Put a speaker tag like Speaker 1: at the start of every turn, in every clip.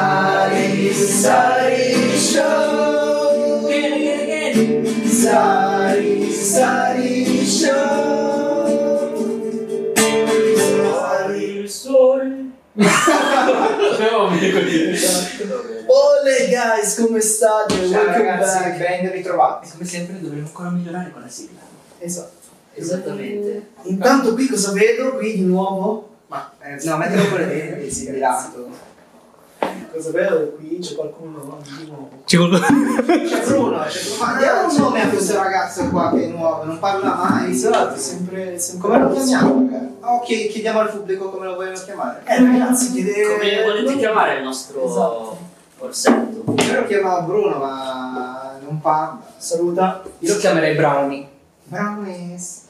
Speaker 1: Sari, sari, show.
Speaker 2: Again, again, again.
Speaker 1: Sari, sari, show. Sari.
Speaker 2: Il sole. Siamo amici.
Speaker 1: Ole guys, come state?
Speaker 3: Ciao
Speaker 1: Welcome
Speaker 3: ragazzi,
Speaker 1: back.
Speaker 3: ben ritrovati.
Speaker 2: Come sempre dovremmo ancora migliorare con la sigla.
Speaker 1: Esatto.
Speaker 4: Esattamente.
Speaker 1: Intanto qui cosa vedo? Qui di nuovo.
Speaker 3: Ma eh, no, mettilo pure dentro che si è lato.
Speaker 1: Cosa vedo? Qui c'è qualcuno di nuovo.
Speaker 5: C'è qualcuno-
Speaker 3: C'è Bruno, c'è Bruno. Ma diamo un nome a questo ragazzo qua che è nuovo, non parla mai.
Speaker 1: Esatto, sempre, sempre
Speaker 3: Come lo chiamiamo? ragazzi? Oh, chi- chiediamo al pubblico come lo vogliono chiamare.
Speaker 1: Eh ragazzi, chiedete.
Speaker 4: Come volete chiamare il nostro
Speaker 1: Esatto.
Speaker 4: orsetto?
Speaker 3: Io lo chiamavo Bruno, ma non parla.
Speaker 1: Saluta.
Speaker 6: Io lo chiamerei Brownie.
Speaker 3: Brownies.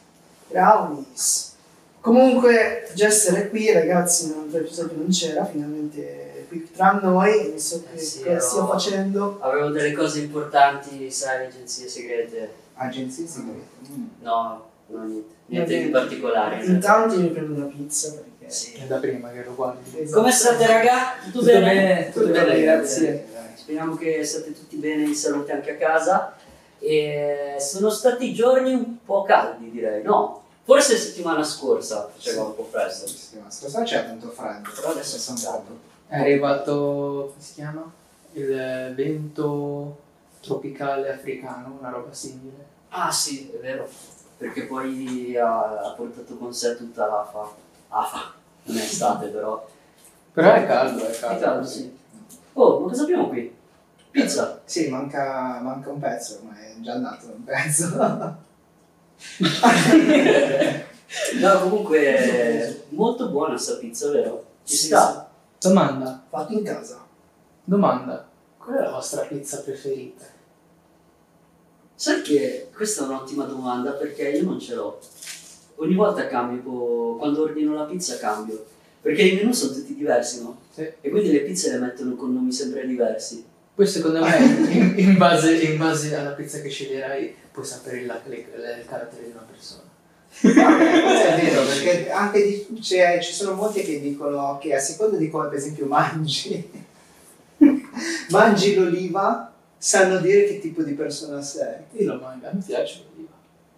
Speaker 1: Brownies. Comunque, Jester è qui, ragazzi, l'altro episodio non c'era, finalmente è qui tra noi, non so che
Speaker 4: Eh sì,
Speaker 1: cosa stia
Speaker 4: no.
Speaker 1: facendo.
Speaker 4: Avevo delle cose importanti, sai, agenzie segrete.
Speaker 3: Agenzie segrete. Mm.
Speaker 4: No, non niente. Niente
Speaker 1: niente.
Speaker 4: di particolare. in realtà.
Speaker 1: Intanto io mi prendo una pizza perché...
Speaker 4: Sì.
Speaker 6: È da prima che lo guardi.
Speaker 1: Esatto.
Speaker 4: Come state raga? Tutto, bene?
Speaker 6: Tutto
Speaker 4: Tutto
Speaker 6: bene,
Speaker 4: bene,
Speaker 6: grazie.
Speaker 4: Speriamo che siate tutti bene di salute anche a casa. E sono stati giorni un po' caldi direi, no? Forse settimana scorsa faceva un po' fresco.
Speaker 3: Settimana scorsa c'era tanto freddo.
Speaker 4: Però adesso è
Speaker 3: andato.
Speaker 6: È arrivato, come si chiama? Il vento tropicale africano, una roba simile.
Speaker 4: Ah sì, è vero. Perché poi eh, ha, ha portato con sé tutta l'afa. Afa, non è estate però.
Speaker 6: Però è caldo, è
Speaker 4: È
Speaker 6: caldo.
Speaker 4: caldo, sì. Oh, ma cosa abbiamo qui? Pizza.
Speaker 3: Sì, manca, manca un pezzo, ma è già andato un pezzo.
Speaker 4: No, comunque molto buona sta pizza, vero? Ci
Speaker 1: Sì,
Speaker 4: sta.
Speaker 6: Domanda,
Speaker 1: Fatto in casa.
Speaker 6: domanda. Qual è la vostra pizza preferita?
Speaker 4: Sai che questa è un'ottima domanda perché io non ce l'ho. Ogni volta cambio, quando ordino la pizza cambio. Perché i menù sono tutti diversi, no?
Speaker 6: Sì.
Speaker 4: E quindi le pizze le mettono con nomi sempre diversi.
Speaker 6: Poi secondo me, in, in base, in base alla pizza che sceglierai, puoi sapere il, il carattere di una persona.
Speaker 3: Questo è vero, perché anche di- c'è- ci sono molti che dicono che a seconda di come per esempio mangi, mangi l'oliva, sanno dire che tipo di persona sei.
Speaker 6: Io lo mangio, mi piace l'oliva.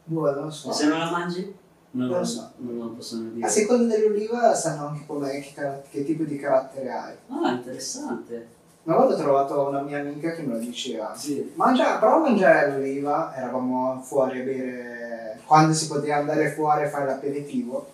Speaker 3: Boh, non lo so.
Speaker 4: Se non la mangi, non,
Speaker 3: Non lo so.
Speaker 4: non lo possono
Speaker 1: Ah,
Speaker 4: dire.
Speaker 3: A seconda dell'oliva sanno anche com'è, che, cara- che tipo di carattere hai.
Speaker 4: Ah, interessante.
Speaker 3: Una volta ho trovato una mia amica che me lo diceva.
Speaker 1: Ah,
Speaker 4: Sì.
Speaker 3: Mangia, prova a mangiare l'oliva, eravamo fuori a bere, quando si poteva andare fuori a fare l'aperitivo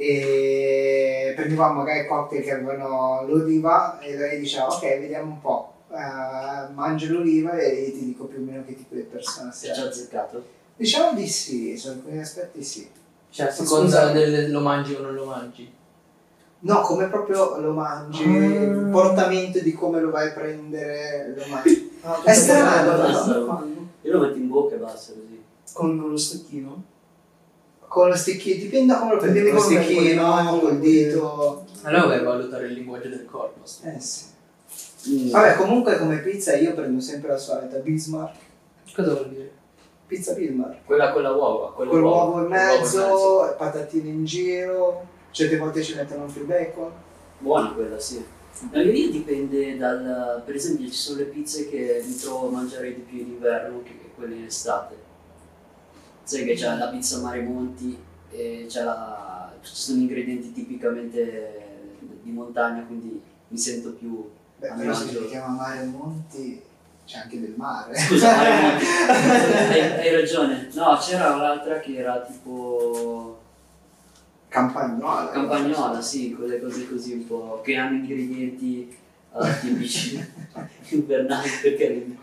Speaker 3: e prendevamo magari cocktail che avevano l'oliva e lei diceva ok vediamo un po', eh, mangio l'oliva e io ti dico più o meno che tipo di persona
Speaker 4: Si è già
Speaker 3: sei.
Speaker 4: azzeccato.
Speaker 3: Diciamo di sì, su alcuni aspetti sì.
Speaker 6: Cioè, a
Speaker 3: Scusa.
Speaker 6: seconda del lo mangi o non lo mangi.
Speaker 3: No, come proprio lo mangi, il
Speaker 6: Ah.
Speaker 3: portamento di come lo vai a prendere, lo mangi.
Speaker 1: Ah,
Speaker 3: È strano,
Speaker 1: questo
Speaker 4: no?
Speaker 1: lo fanno
Speaker 4: Io lo metto in bocca e basta così.
Speaker 1: Con lo stecchino.
Speaker 3: Con lo stecchino, dipende da come lo prendi,
Speaker 1: Dipende
Speaker 3: con lo
Speaker 1: come lo prendi,
Speaker 3: stecchino,
Speaker 1: con-
Speaker 3: col dito.
Speaker 6: Allora vai a valutare il linguaggio del corpo.
Speaker 3: Eh sì.
Speaker 4: Mm.
Speaker 3: Vabbè, comunque come pizza io prendo sempre la solita Bismarck.
Speaker 6: Cosa vuol dire?
Speaker 3: Pizza Bismarck.
Speaker 4: Quella con la uova. Con
Speaker 3: Con l'uovo in
Speaker 4: mezzo.
Speaker 3: mezzo, patatine in giro, certe volte ci mettono anche il bacon.
Speaker 4: Buona quella, sì. La mia dipende dal... Per esempio ci sono le pizze che mi trovo a mangiare di più in inverno che che quelle in estate. Sai che c'è la pizza Maremonti e c'è la... Ci sono ingredienti tipicamente di montagna, quindi mi sento più...
Speaker 3: Beh,
Speaker 4: Ah,
Speaker 3: però se
Speaker 4: mangio.
Speaker 3: si chiama mare e monti, c'è anche del mare.
Speaker 4: Scusa, Maremonti. hai, hai ragione. No, c'era un'altra che era tipo
Speaker 3: Campagnola.
Speaker 4: campagnola, sì, quelle cose così un po' che hanno ingredienti eh, tipici invernali perché ridi?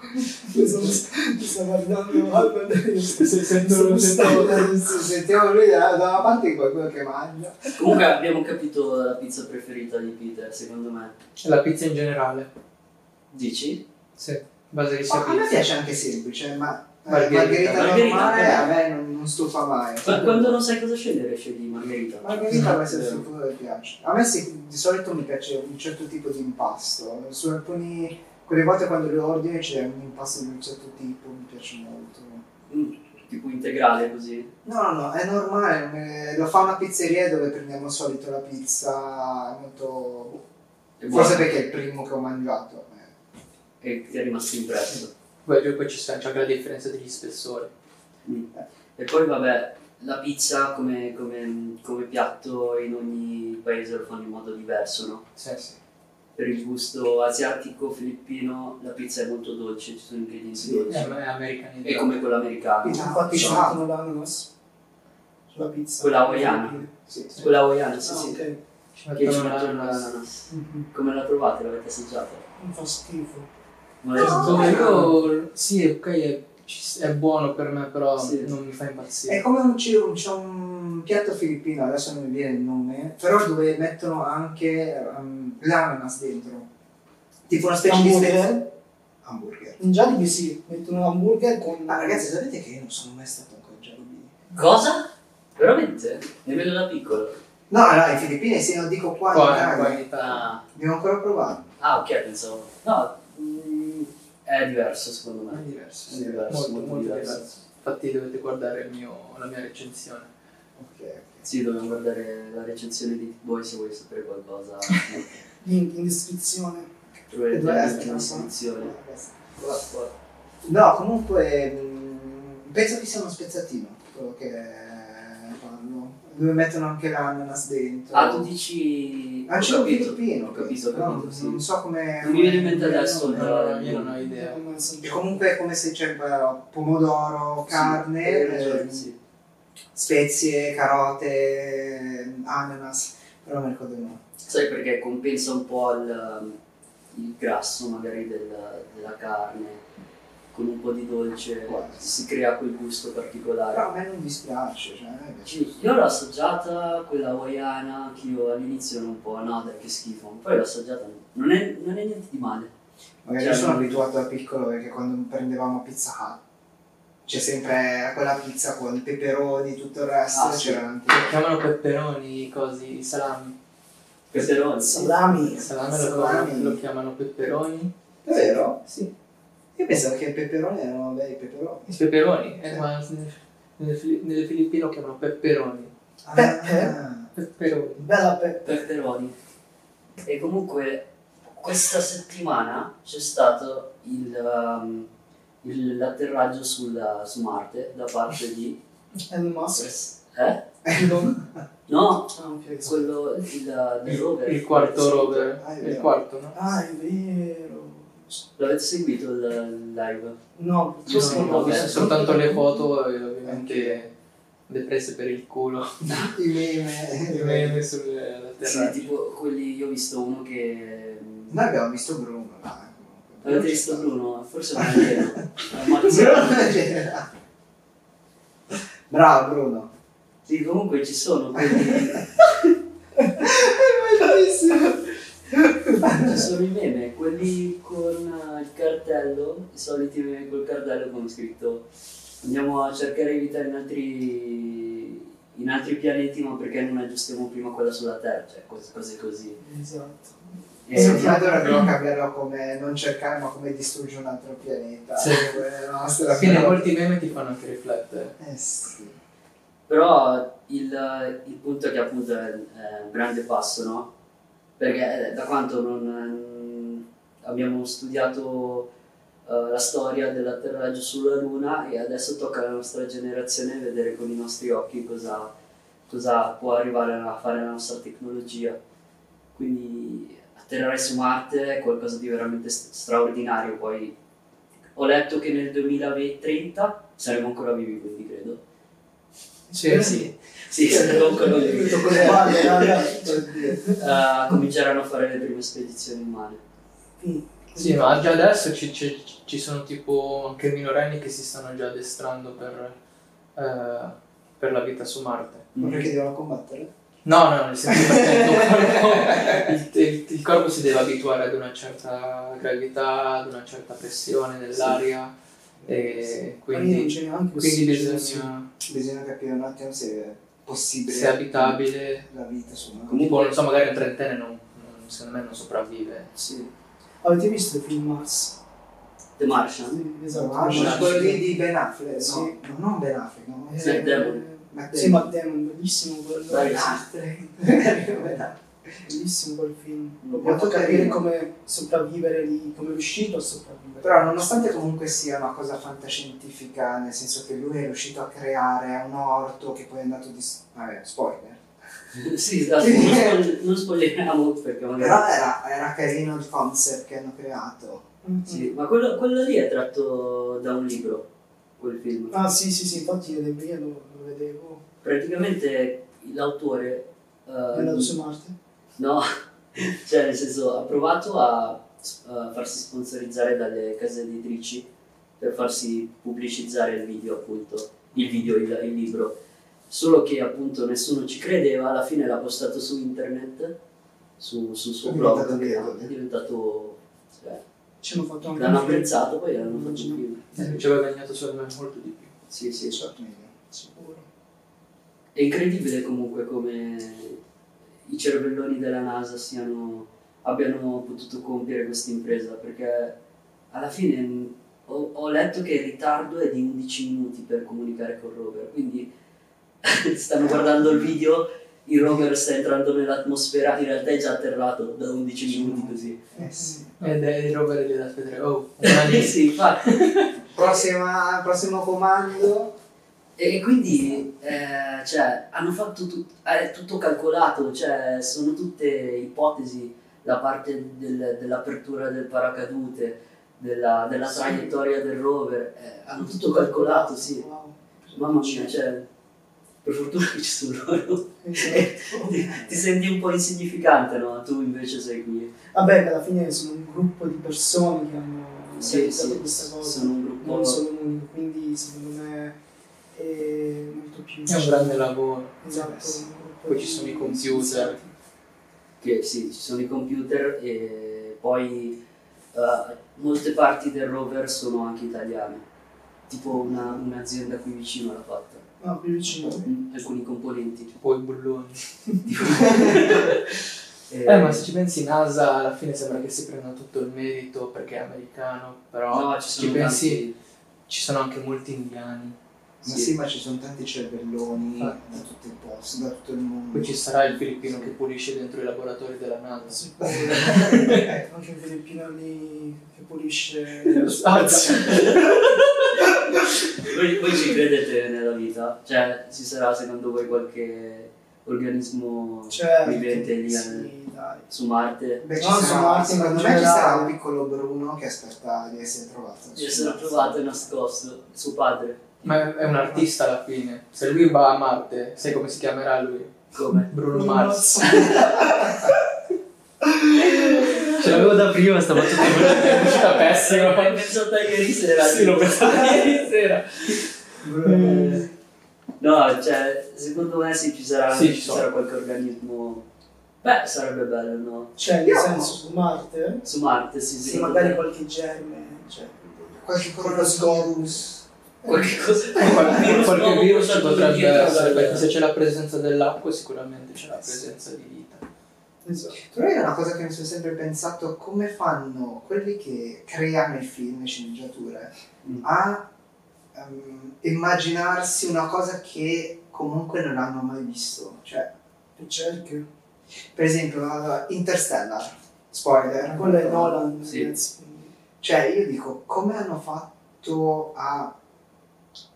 Speaker 1: Mi sono- mi sto guardando Albert, io sto-
Speaker 6: Sento,
Speaker 1: sto stando-
Speaker 3: Adesso Sentiamo lui da, da una parte di qualcuno che mangia.
Speaker 4: Comunque abbiamo capito la pizza preferita di Peter, secondo me.
Speaker 6: La pizza in generale.
Speaker 4: Dici?
Speaker 6: Sì. In base che sia
Speaker 3: Ma a me
Speaker 6: pizza.
Speaker 3: piace anche semplice, ma eh,
Speaker 6: Margherita.
Speaker 3: margherita,
Speaker 4: Margherita,
Speaker 3: normale
Speaker 4: eh.
Speaker 3: a me non, non stufa mai.
Speaker 4: Ma Cioè, quando non sai cosa scegliere scegli Margherita.
Speaker 3: Margherita a me se
Speaker 4: Vero.
Speaker 3: sicuro che piace. A me sì, di solito mi piace un certo tipo di impasto. Su alcuni. quelle volte quando le ordini c'è un impasto di un certo tipo, mi piace molto.
Speaker 4: Mm, tipo integrale così.
Speaker 3: No, no, no, è normale, eh, lo fa una pizzeria dove prendiamo al solito la pizza molto
Speaker 4: È
Speaker 3: Forse
Speaker 4: buono,
Speaker 3: perché è il primo che ho mangiato. eh.
Speaker 4: che ti è rimasto impresso.
Speaker 6: Poi poi ci sta c'è anche la differenza degli spessori.
Speaker 4: E poi vabbè, la pizza come, come- come piatto in ogni paese lo fanno in modo diverso, no?
Speaker 3: Sì, sì.
Speaker 4: Per il gusto asiatico, filippino, la pizza è molto dolce, ci sono ingredienti
Speaker 3: Sì,
Speaker 6: Eh,
Speaker 4: dolci.
Speaker 6: ma è americanizzato.
Speaker 4: E come quella americana.
Speaker 1: Quindi infatti ci
Speaker 4: Sono-
Speaker 1: mettono l'ananas sulla pizza.
Speaker 4: Quella hawaiana.
Speaker 3: sì, sì.
Speaker 4: Quella hawaiana, sì,
Speaker 1: Ah,
Speaker 4: sì.
Speaker 1: ok.
Speaker 6: Ci
Speaker 4: Che ci
Speaker 6: mettono
Speaker 4: mettono
Speaker 6: l'ananas.
Speaker 4: l'ananas.
Speaker 1: Mhm.
Speaker 4: Come la trovate? L'avete assaggiata?
Speaker 1: Un po' schifo.
Speaker 4: Ma
Speaker 6: Insomma, io sì, ok, è, ci- è buono per me, però
Speaker 4: Sì.
Speaker 6: non mi fa
Speaker 3: È
Speaker 6: impazzire.
Speaker 3: come un, c'è un, c'è un piatto filippino, adesso non mi viene il nome, però dove mettono anche ehm, l'ananas dentro. Tipo una specie di
Speaker 1: Hamburger?
Speaker 3: spezz- hamburger.
Speaker 1: In Jollibee sì, Ah, mettono hamburger con...
Speaker 3: Ma ragazzi, sapete che io non sono mai stato ancora a Giacobi?
Speaker 4: Cosa? Veramente? Nemmeno da piccola?
Speaker 3: No, no, in Filippine se non dico qua,
Speaker 6: Qua,
Speaker 3: in Italia,
Speaker 6: qua in Italia.
Speaker 4: Ah,
Speaker 3: Abbiamo ancora provato.
Speaker 4: ah, ok, pensavo. No, mm, è diverso secondo
Speaker 3: Ma è
Speaker 4: me.
Speaker 3: diverso.
Speaker 4: È
Speaker 3: sì.
Speaker 4: diverso,
Speaker 6: molto, molto, diverso. Infatti dovete guardare il mio- la mia recensione.
Speaker 3: Ok, ok.
Speaker 4: Sì, dobbiamo guardare la recensione di Boy se vuoi sapere qualcosa.
Speaker 1: Link in descrizione.
Speaker 4: Troverete
Speaker 3: Dove
Speaker 4: la
Speaker 3: è?
Speaker 4: recensione. Qua, qua.
Speaker 3: No, comunque mh, penso che sia uno spezzatino quello che eh, fanno. Dove mettono anche l'ananas dentro.
Speaker 4: Ah, tu dici...
Speaker 3: diciamo. Ah,
Speaker 4: ho
Speaker 3: c'è un
Speaker 4: capito.
Speaker 3: filippino,
Speaker 4: Ho capito, ho
Speaker 3: però
Speaker 4: capito,
Speaker 3: Non
Speaker 4: sì.
Speaker 3: so come...
Speaker 4: Non mi viene in mente
Speaker 3: come- eh,
Speaker 4: adesso,
Speaker 3: come-
Speaker 4: però-
Speaker 6: No, io non ho idea.
Speaker 1: Come se-
Speaker 3: E comunque è come se c'è eh, pomodoro,
Speaker 4: Sì,
Speaker 3: carne,
Speaker 4: hai ragione,
Speaker 3: eh,
Speaker 4: sì.
Speaker 3: spezie, carote, ananas, però non mi ricordo il nome.
Speaker 4: Sai perché compensa un po' il, il grasso magari della, della carne con un po' di dolce,
Speaker 3: Guarda.
Speaker 4: si crea quel gusto particolare.
Speaker 3: Però a me non dispiace, cioè, a me piace.
Speaker 4: Sì, Io l'ho assaggiata quella hawaiana, anch'io all'inizio ero un po' no dai che schifo, poi l'ho assaggiata, non è, non è niente di male.
Speaker 3: Magari
Speaker 4: Cioè,
Speaker 3: io sono
Speaker 4: non-
Speaker 3: abituato da piccolo perché quando prendevamo Pizza Hut c'è sempre quella pizza con peperoni e tutto il resto.
Speaker 4: Ah, sì.
Speaker 3: c'era anche...
Speaker 6: Chiamano pepperoni, cosi, salami.
Speaker 4: Peperoni, sì.
Speaker 1: Salami.
Speaker 6: Salame
Speaker 3: Salami.
Speaker 6: lo, lo chiamano pepperoni.
Speaker 3: Davvero?
Speaker 6: Sì.
Speaker 3: Io pensavo che i peperoni erano bei peperoni.
Speaker 6: I peperoni, eh, ma nelle, Fili- nelle Filippine lo chiamano pepperoni.
Speaker 3: Ah.
Speaker 1: Pepe?
Speaker 6: Pepperoni.
Speaker 1: Bella pe...
Speaker 4: Peperoni. E comunque questa settimana c'è stato il, um, il- l'atterraggio sulla- su Marte da parte di...
Speaker 1: Elon Musk.
Speaker 4: Eh?
Speaker 1: Elon.
Speaker 4: No,
Speaker 1: Ah, ok.
Speaker 4: quello il, del rover.
Speaker 6: Il quarto
Speaker 4: Sì.
Speaker 6: rover.
Speaker 3: Ah, è
Speaker 6: il
Speaker 3: vero.
Speaker 6: quarto, no?
Speaker 1: Ah, è vero.
Speaker 4: L'avete seguito il live?
Speaker 1: No,
Speaker 4: Io
Speaker 1: forse
Speaker 4: non
Speaker 1: no.
Speaker 6: ho
Speaker 4: vabbè.
Speaker 6: visto soltanto le foto e ovviamente depresse per il culo.
Speaker 3: I meme.
Speaker 6: I meme sulla
Speaker 4: Sì,
Speaker 6: terra.
Speaker 4: tipo quelli, io ho visto uno che... mm,
Speaker 3: Noi abbiamo visto Bruno là. comunque.
Speaker 4: Avete visto Bruno? Forse non è vero. Eh, ma-
Speaker 3: Bruno c'era. Bravo Bruno.
Speaker 4: Sì, comunque ci sono quelli,
Speaker 3: È bellissimo.
Speaker 4: ci sono i meme, quelli con eh, il cartello, i soliti meme col cartello con scritto andiamo a cercare vita in altri, in altri pianeti ma perché non aggiustiamo prima quella sulla Terra, cioè cose, cose così.
Speaker 1: Esatto.
Speaker 6: Eh,
Speaker 4: E-
Speaker 3: Senti, allora dobbiamo cambiarlo come non cercare ma come distruggere un altro pianeta.
Speaker 6: Sì.
Speaker 3: Eh, no, se la-
Speaker 6: Quindi molti meme ti fanno anche riflettere.
Speaker 3: Eh sì.
Speaker 4: Però il, il punto è che appunto è, è un grande passo, no? Perché eh, da quanto non eh, abbiamo studiato eh, la storia dell'atterraggio sulla Luna e adesso tocca alla nostra generazione vedere con i nostri occhi cosa, cosa può arrivare a fare la nostra tecnologia. Quindi atterrare su Marte è qualcosa di veramente st- straordinario. Poi ho letto che nel 2030 saremo ancora vivi, quindi credo.
Speaker 6: Sì,
Speaker 4: Sì, saremo ancora lì.
Speaker 1: Tutto col palle, ragazzi.
Speaker 4: Eh, cominceranno a fare le prime spedizioni umane.
Speaker 6: Sì, ma già adesso ci, ci- ci sono tipo anche minorenni che si stanno già addestrando per, eh, per la vita su Marte.
Speaker 3: Ma perché
Speaker 4: Mm.
Speaker 3: devono combattere?
Speaker 6: No, no, nel senso che il corpo, il- il- il corpo si deve abituare ad una certa gravità, ad una certa pressione dell'aria e
Speaker 1: Quindi non
Speaker 6: eh, quindi,
Speaker 1: c'è neanche
Speaker 6: quindi
Speaker 1: ossigeno,
Speaker 6: bisogna,
Speaker 3: Bisogna capire un attimo se è possibile
Speaker 6: se è abitabile,
Speaker 3: la vita su una
Speaker 6: tipo non so, magari un trentenne non- non- secondo me non sopravvive.
Speaker 4: Sì.
Speaker 1: sì. Avete visto il film Mars?
Speaker 4: The Martian.
Speaker 1: Sì, esatto, Eh,
Speaker 3: Ah,
Speaker 1: il
Speaker 3: ma
Speaker 1: Mars.
Speaker 3: quello lì di Ben Affleck,
Speaker 1: Sì.
Speaker 3: no? No, non Ben Affleck, no?
Speaker 1: Eh,
Speaker 4: Matt Damon.
Speaker 1: Sì, Matt Damon, bellissimo quello.
Speaker 4: Dai,
Speaker 3: Ben Affleck. Ben Affleck.
Speaker 1: Bellissimo quel film. Ho
Speaker 3: Molto
Speaker 1: provato a capire
Speaker 3: carino.
Speaker 1: come sopravvivere lì, come è riuscito a sopravvivere.
Speaker 3: Però nonostante comunque sia una cosa fantascientifica, nel senso che lui è riuscito a creare un orto che poi è andato di... vabbè, spoiler.
Speaker 4: sì, Ah. esatto, non, spoil- non spoileriamo perché magari...
Speaker 3: Però era, era carino il concept che hanno creato.
Speaker 1: Mm.
Speaker 4: Sì, ma quello, quello lì è tratto da un libro, quel film.
Speaker 1: Ah sì sì sì, infatti ero lì e lo, lo vedevo.
Speaker 4: Praticamente l'autore...
Speaker 1: È
Speaker 4: eh,
Speaker 1: andato su Marte.
Speaker 4: No, cioè nel senso ha provato a, a farsi sponsorizzare dalle case editrici per farsi pubblicizzare il video appunto, il video, il, il libro, solo che appunto nessuno ci credeva, alla fine l'ha postato su internet, su- sul suo
Speaker 3: È
Speaker 4: blog,
Speaker 3: diventato eh.
Speaker 4: che
Speaker 3: virale.
Speaker 4: è diventato... cioè,
Speaker 1: Ci hanno fatto anche
Speaker 4: l'hanno
Speaker 1: un film.
Speaker 4: apprezzato, poi l'hanno fatto un film.
Speaker 6: Eh, ci aveva guadagnato secondo me molto di più.
Speaker 4: Sì, sì,
Speaker 3: Cioè, quindi,
Speaker 1: Sicuro.
Speaker 4: È incredibile comunque come i cervelloni della NASA siano- abbiano potuto compiere questa impresa, perché alla fine mh, ho, ho letto che il ritardo è di 11 minuti per comunicare col rover, quindi stanno guardando il video, il rover sta entrando nell'atmosfera, in realtà è già atterrato da 11 minuti così.
Speaker 3: Eh sì.
Speaker 6: Ed è il rover lì da vedere. Oh, domani-
Speaker 4: sì, infatti.
Speaker 3: Prossima- prossimo comando.
Speaker 4: E quindi eh, cioè, hanno fatto tut- è tutto calcolato, cioè, sono tutte ipotesi da parte del- dell'apertura del paracadute, della, della
Speaker 1: Sì.
Speaker 4: traiettoria del rover, eh, hanno tutto calcolato, sì.
Speaker 1: Wow.
Speaker 4: Mamma mia, cioè, per fortuna che ci sono loro.
Speaker 1: Esatto.
Speaker 4: ti, ti senti un po' insignificante, no? Tu invece sei qui.
Speaker 1: Vabbè, alla fine sono un gruppo di persone che hanno
Speaker 4: Sì,
Speaker 1: realizzato
Speaker 4: sì,
Speaker 1: questa cosa.
Speaker 4: sono un gruppo...
Speaker 1: Non sono un unico, quindi secondo me è molto più...
Speaker 6: È un grande lavoro.
Speaker 1: Esatto.
Speaker 3: Sì.
Speaker 1: un gruppo
Speaker 6: Poi
Speaker 1: di-
Speaker 6: ci sono i computer.
Speaker 4: che sì, ci sono i computer e poi eh, molte parti del rover sono anche italiane. Tipo una- un'azienda qui vicino l'ha fatta,
Speaker 1: No, più vicino.
Speaker 6: Mm.
Speaker 4: alcuni componenti.
Speaker 6: Poi i bulloni.
Speaker 4: Eh,
Speaker 6: Eh, ma se ci pensi, NASA alla fine sembra che si prenda tutto il merito perché è americano, però
Speaker 4: no, ci
Speaker 6: se
Speaker 4: sono
Speaker 6: ci pensi,
Speaker 4: tanti-
Speaker 6: ci sono anche molti indiani.
Speaker 3: Ma
Speaker 4: Sì.
Speaker 3: sì, ma ci sono tanti cervelloni
Speaker 6: Ah.
Speaker 3: da tutti i posti, da tutto il mondo.
Speaker 6: Poi ci sarà il filippino che pulisce dentro i laboratori della NASA.
Speaker 1: Sicuro. Anche un filippino lì che pulisce lo spazio.
Speaker 4: Voi, voi ci credete nella vita? Cioè, ci sarà secondo voi qualche organismo
Speaker 1: Certo.
Speaker 4: vivente lì eh,
Speaker 1: Sì, dai.
Speaker 4: su Marte?
Speaker 3: Beh, ci
Speaker 1: No,
Speaker 3: sarà-
Speaker 1: sono arti in
Speaker 3: secondo me ci
Speaker 1: generale.
Speaker 3: sarà un piccolo Bruno che aspetta di essere trovato.
Speaker 4: Ci sono trovato e nascosto, suo padre.
Speaker 6: Ma è- è un artista alla fine. Se lui va a Marte, sai come si chiamerà lui?
Speaker 4: Come?
Speaker 6: Bruno Mars. Ce l'avevo da prima, sta battuta è uscita pessima.
Speaker 4: L'hai pensato ieri sera?
Speaker 6: Sì, l'ho pensato ieri sera.
Speaker 1: Eh,
Speaker 4: Mm. No, cioè, secondo me sì, ci sarà,
Speaker 6: Sì, ci
Speaker 4: ci
Speaker 6: sono.
Speaker 4: sarà qualche organismo. Beh, sarebbe bello, no?
Speaker 1: Cioè, nel senso, su Marte?
Speaker 4: Su Marte, sì,
Speaker 1: Sì,
Speaker 4: secondo
Speaker 1: magari
Speaker 4: me.
Speaker 1: qualche germe. Cioè,
Speaker 3: Qualche coronavirus.
Speaker 4: qualche cosa.
Speaker 6: Eh, Qualche, qualche
Speaker 4: nuovo
Speaker 6: virus ci
Speaker 4: portato
Speaker 6: potrebbe
Speaker 4: dietro
Speaker 6: essere,
Speaker 4: dal-
Speaker 6: perché se c'è la presenza dell'acqua sicuramente c'è la presenza di vita.
Speaker 1: esatto.
Speaker 3: Però è una cosa che mi sono sempre pensato, come fanno quelli che creano i film, e sceneggiature,
Speaker 4: Mm.
Speaker 3: a ehm, immaginarsi una cosa che comunque non hanno mai visto. Cioè,
Speaker 1: Che cerchio.
Speaker 3: per esempio, allora, Interstellar, spoiler.
Speaker 1: Quello Ah, è Nolan,
Speaker 4: Sì.
Speaker 1: ragazzi.
Speaker 3: Cioè, io dico, come hanno fatto a...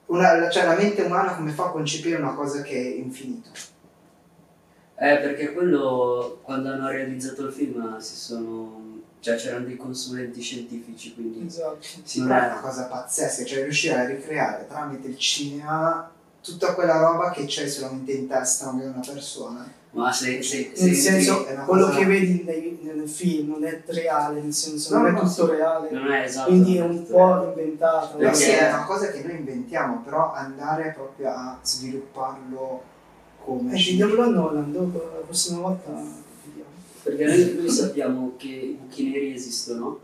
Speaker 3: Una, cioè, la mente umana come fa a concepire una cosa che è infinito?
Speaker 4: Eh, perché quello, quando hanno realizzato il film, ah, si sono... Cioè, c'erano dei consulenti scientifici, quindi...
Speaker 1: Esatto.
Speaker 3: Sì, però è una cosa pazzesca, cioè riuscire a ricreare tramite il cinema tutta quella roba che c'è solamente in testa magari una persona.
Speaker 4: Ma se... se, se
Speaker 1: Nel senso,
Speaker 3: è una
Speaker 1: quello
Speaker 3: cosa-
Speaker 1: che vedi nei- nel film non è reale, nel senso,
Speaker 3: No,
Speaker 1: non è
Speaker 3: no,
Speaker 1: tutto reale.
Speaker 4: Non è esatto.
Speaker 1: Quindi è un po' inventato. Eh,
Speaker 3: Però
Speaker 4: Perché-
Speaker 3: sì, è una cosa che noi inventiamo, però andare proprio a svilupparlo come...
Speaker 1: Eh, chiediamolo a Nolan, dopo la prossima volta vediamo.
Speaker 4: Perché noi, noi sappiamo che i buchi neri esistono,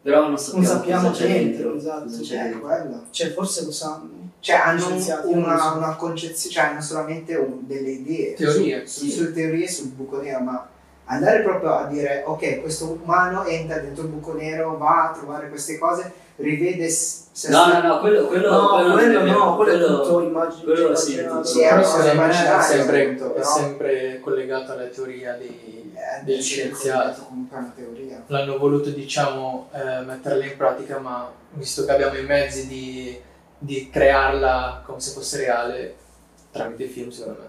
Speaker 4: però non sappiamo,
Speaker 1: sappiamo
Speaker 4: cosa c'è
Speaker 1: niente,
Speaker 4: dentro.
Speaker 1: esatto.
Speaker 4: cosa c'è
Speaker 3: Cioè, è
Speaker 4: dentro.
Speaker 3: quello.
Speaker 1: Cioè, forse lo sanno.
Speaker 3: Cioè, hanno
Speaker 1: Scienziati, non
Speaker 3: una,
Speaker 1: so.
Speaker 3: una concezione, cioè hanno solamente un- delle idee.
Speaker 6: Teorie.
Speaker 3: su- su- Sulle teorie sul buco nero, ma andare proprio a dire, ok, questo umano entra dentro il buco nero, va a trovare queste cose, rivede s- se
Speaker 4: No, no, no, quello, quello,
Speaker 1: no,
Speaker 4: non è
Speaker 1: quello
Speaker 4: vero,
Speaker 1: no, quello è tutto immaginato.
Speaker 4: quello sì,
Speaker 1: immaginato.
Speaker 4: tutto.
Speaker 3: Sì, è una
Speaker 6: Però
Speaker 3: cosa
Speaker 6: secondo me è
Speaker 3: immaginaria,
Speaker 6: sempre,
Speaker 3: appunto,
Speaker 6: è
Speaker 3: però-
Speaker 6: sempre collegato alla teoria dei,
Speaker 3: eh,
Speaker 6: Degli
Speaker 3: sì,
Speaker 6: scienziati.
Speaker 3: comunque è una teoria.
Speaker 6: l'hanno voluto diciamo eh, metterla in pratica ma visto che abbiamo i mezzi di, di crearla come se fosse reale tramite i film secondo me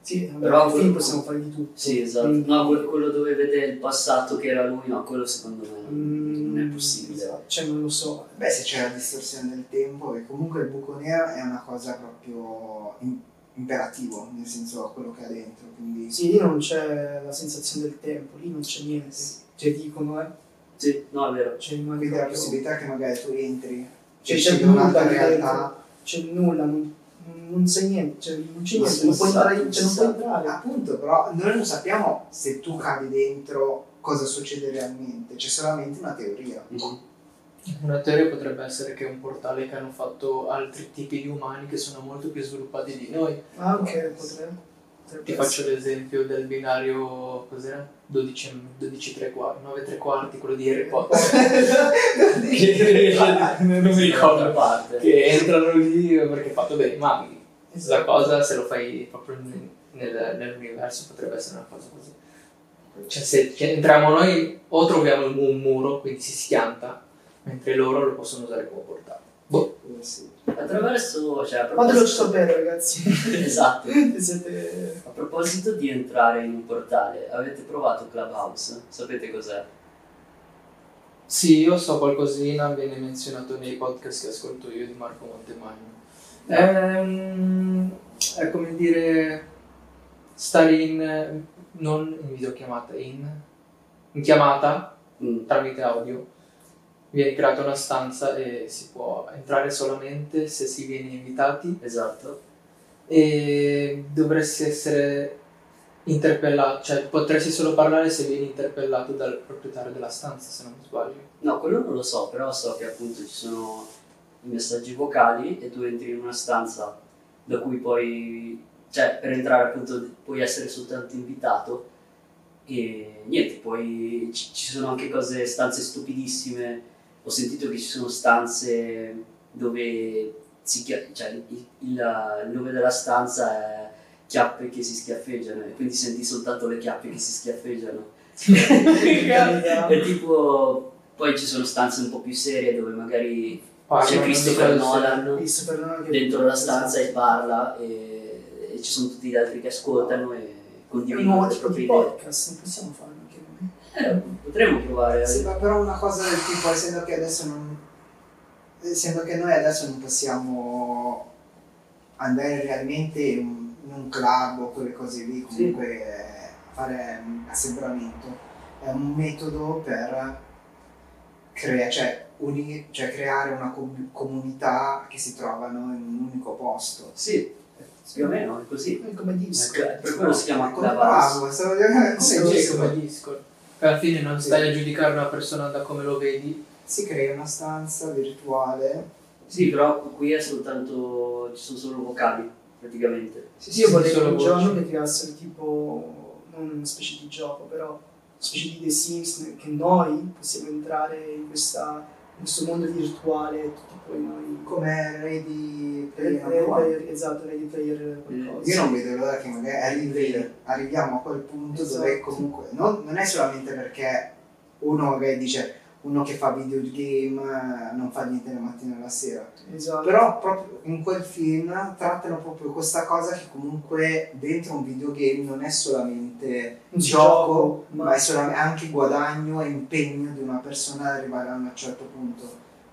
Speaker 1: Sì,
Speaker 4: Però
Speaker 1: però film
Speaker 4: quello-
Speaker 1: possiamo fare di tutto.
Speaker 4: Sì, esatto.
Speaker 1: Quindi-
Speaker 4: No, quel- quello dove vede il passato che era lui, no, quello secondo me
Speaker 1: Mm,
Speaker 4: non è possibile.
Speaker 1: Cioè, non lo so.
Speaker 3: Beh, se c'è la distorsione del tempo, e comunque il buco nero è una cosa proprio im- imperativo, nel senso quello che ha dentro. Quindi
Speaker 1: Sì, lì non c'è la sensazione del tempo, lì non c'è niente. Cioè, dicono, eh.
Speaker 4: Sì, no, è vero.
Speaker 1: Cioè, rimane
Speaker 3: Quindi la
Speaker 1: proprio-
Speaker 3: possibilità che magari tu rientri
Speaker 1: Cioè,
Speaker 3: esci
Speaker 1: c'è
Speaker 3: in un'altra
Speaker 1: nulla lì
Speaker 3: realtà.
Speaker 1: c'è nulla, non, non c'è niente, cioè, non c'è
Speaker 4: Ma
Speaker 1: niente, non puoi
Speaker 4: sensato,
Speaker 1: entrare. Cioè, non puoi
Speaker 4: sensato.
Speaker 1: entrare.
Speaker 3: Appunto, però noi non sappiamo se tu cadi dentro cosa succede realmente, c'è solamente una teoria.
Speaker 6: una teoria potrebbe essere che è un portale che hanno fatto altri tipi di umani che sono molto più sviluppati di noi
Speaker 1: Ah, ok, potrebbe.
Speaker 6: ti
Speaker 1: potrebbe
Speaker 6: faccio l'esempio del binario cos'era? 12, 12 3 quarti 9 3 quarti quello di Harry Potter che non mi
Speaker 4: Dall'altra
Speaker 6: ricordo
Speaker 4: parte.
Speaker 6: che entrano lì perché è fatto bene ma
Speaker 1: essere.
Speaker 6: la cosa se lo fai proprio nel- nel- nell'universo potrebbe essere una cosa così cioè se ci entriamo noi o troviamo un, un muro quindi si schianta mentre loro lo possono usare come portale
Speaker 3: Eh, sì.
Speaker 4: Attraverso, cioè, a
Speaker 1: Fatelo
Speaker 4: proposito,
Speaker 1: sapere, ragazzi.
Speaker 4: esatto.
Speaker 1: Se siete...
Speaker 4: A proposito di entrare in un portale, avete provato Clubhouse? Sapete cos'è?
Speaker 6: sì io so qualcosina viene menzionato nei podcast che ascolto io di Marco Montemagno Ehm, è come dire stare in non in videochiamata in, in chiamata
Speaker 4: Mm.
Speaker 6: tramite audio viene creata una stanza e si può entrare solamente se si viene invitati
Speaker 4: Esatto.
Speaker 6: e dovresti essere interpellato, cioè potresti solo parlare se vieni interpellato dal proprietario della stanza, se non mi sbaglio.
Speaker 4: No, quello non lo so, però so che appunto ci sono i messaggi vocali e tu entri in una stanza da cui poi, cioè per entrare appunto puoi essere soltanto invitato e niente, poi ci, ci sono anche cose, stanze stupidissime, ho sentito che ci sono stanze dove si chia- cioè, il, il- la- il nome della stanza è chiappe che si schiaffeggiano e quindi senti soltanto le chiappe che si schiaffeggiano. È tipo, poi ci sono stanze un po' più serie dove magari c'è
Speaker 6: Parlano di
Speaker 4: Christopher
Speaker 6: cose-
Speaker 4: Nolan
Speaker 1: Visto per non che-
Speaker 4: dentro la stanza e parla e, e ci sono tutti gli altri che ascoltano e
Speaker 1: È un
Speaker 4: condividono
Speaker 1: nuovo
Speaker 4: le
Speaker 1: tipo
Speaker 4: proprie
Speaker 1: di
Speaker 4: idee.
Speaker 1: podcast, non possiamo farlo anche noi.
Speaker 4: Eh, potremmo provare.
Speaker 3: Sì, ma però una cosa del tipo, essendo che adesso non. essendo che noi adesso non possiamo andare realmente in in un club o quelle cose lì, comunque eh, fare mm, assembramento, è un metodo per crea- cioè, uni- cioè creare una com- comunità che si trovano in un unico posto.
Speaker 4: Sì, più o meno è così.
Speaker 1: Noi come disco.
Speaker 4: Ecco, Per quello si chiama
Speaker 3: Come
Speaker 4: Clubhouse.
Speaker 3: bravo, stavo dicendo
Speaker 6: Sì,
Speaker 3: come
Speaker 6: sì,
Speaker 3: si-
Speaker 6: come Discord. Alla fine non stai a giudicare una persona da come lo vedi,
Speaker 3: si crea una stanza virtuale.
Speaker 4: Sì, però qui è soltanto. ci sono solo vocali praticamente.
Speaker 1: Sì, sì, io
Speaker 6: Sì,
Speaker 1: vorrei
Speaker 6: solo
Speaker 1: un giorno
Speaker 6: voci.
Speaker 1: che creassero tipo non una specie di gioco, però una specie di The Sims nel- che noi possiamo entrare in, questa, in questo mondo virtuale, tutti poi noi.
Speaker 3: come Ready
Speaker 1: Ready
Speaker 3: Player One.
Speaker 1: Player, esatto, Ready Player
Speaker 3: Io
Speaker 1: qualcosa.
Speaker 3: non vedo l'ora che magari arrivi- arriviamo a quel punto dove
Speaker 1: Esatto.
Speaker 3: comunque non, non è solamente perché uno magari dice uno che fa videogame eh, non fa niente la mattina e la sera.
Speaker 1: Esatto.
Speaker 3: Però proprio in quel film trattano proprio questa cosa che comunque dentro un videogame non è solamente
Speaker 1: Un
Speaker 3: gioco,
Speaker 1: gioco, ma-
Speaker 3: ma... è solamente anche guadagno e impegno di una persona ad arrivare a un certo punto.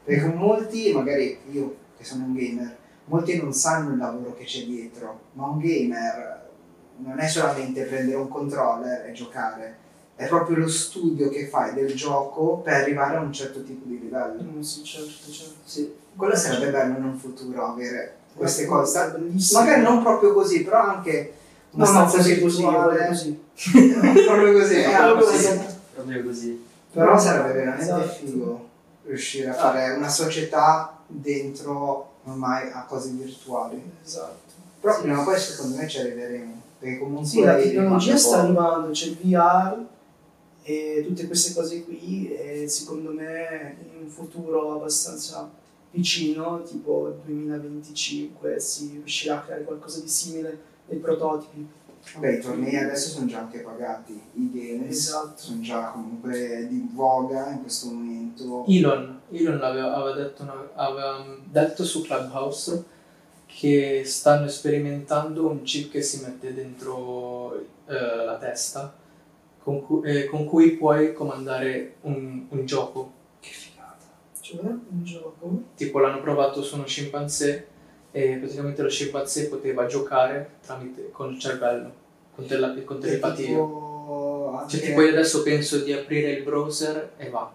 Speaker 3: Perché molti, magari io che sono un gamer, molti non sanno il lavoro che c'è dietro, ma un gamer non è solamente prendere un controller e giocare, è proprio lo studio che fai del gioco per arrivare a un certo tipo di livello.
Speaker 1: Mm, sì, certo, certo.
Speaker 4: Sì.
Speaker 3: Quello sarebbe bello in un futuro avere queste cose.
Speaker 1: bellissime.
Speaker 3: Magari non proprio così, però anche una
Speaker 1: No, no,
Speaker 3: stanza
Speaker 1: così, così,
Speaker 3: virtuale.
Speaker 1: così.
Speaker 3: proprio così, eh,
Speaker 1: Proprio
Speaker 3: sì.
Speaker 1: così.
Speaker 4: Proprio così.
Speaker 3: Però sarebbe veramente
Speaker 1: Esatto. Ah.
Speaker 3: figo riuscire a fare una società dentro ormai a cose virtuali.
Speaker 1: Esatto.
Speaker 3: Però prima o poi secondo me ci arriveremo. Perché comunque
Speaker 1: Sì, la
Speaker 3: rimane
Speaker 1: tecnologia sta
Speaker 3: poco.
Speaker 1: arrivando, c'è il VR e tutte queste cose qui e secondo me in un futuro abbastanza vicino, tipo 2025, si riuscirà a creare qualcosa di simile, dei prototipi.
Speaker 3: Beh, i tornei adesso sono già anche pagati, i games
Speaker 1: Esatto.
Speaker 3: sono già comunque di voga in questo momento.
Speaker 6: Elon, Elon aveva, aveva detto, una- aveva detto su Clubhouse che stanno sperimentando un chip che si mette dentro eh, la testa con, cu- eh, con cui puoi comandare un, un gioco.
Speaker 1: Che figata. Cioè, un gioco.
Speaker 6: Tipo l'hanno provato su uno scimpanzé e praticamente lo scimpanzé poteva giocare tramite, con il cervello, con, tele- con
Speaker 1: Cioè,
Speaker 6: telepatia.
Speaker 3: Cioè, Tipo, eh, anche-
Speaker 6: Cioè tipo io adesso penso di aprire il browser e va.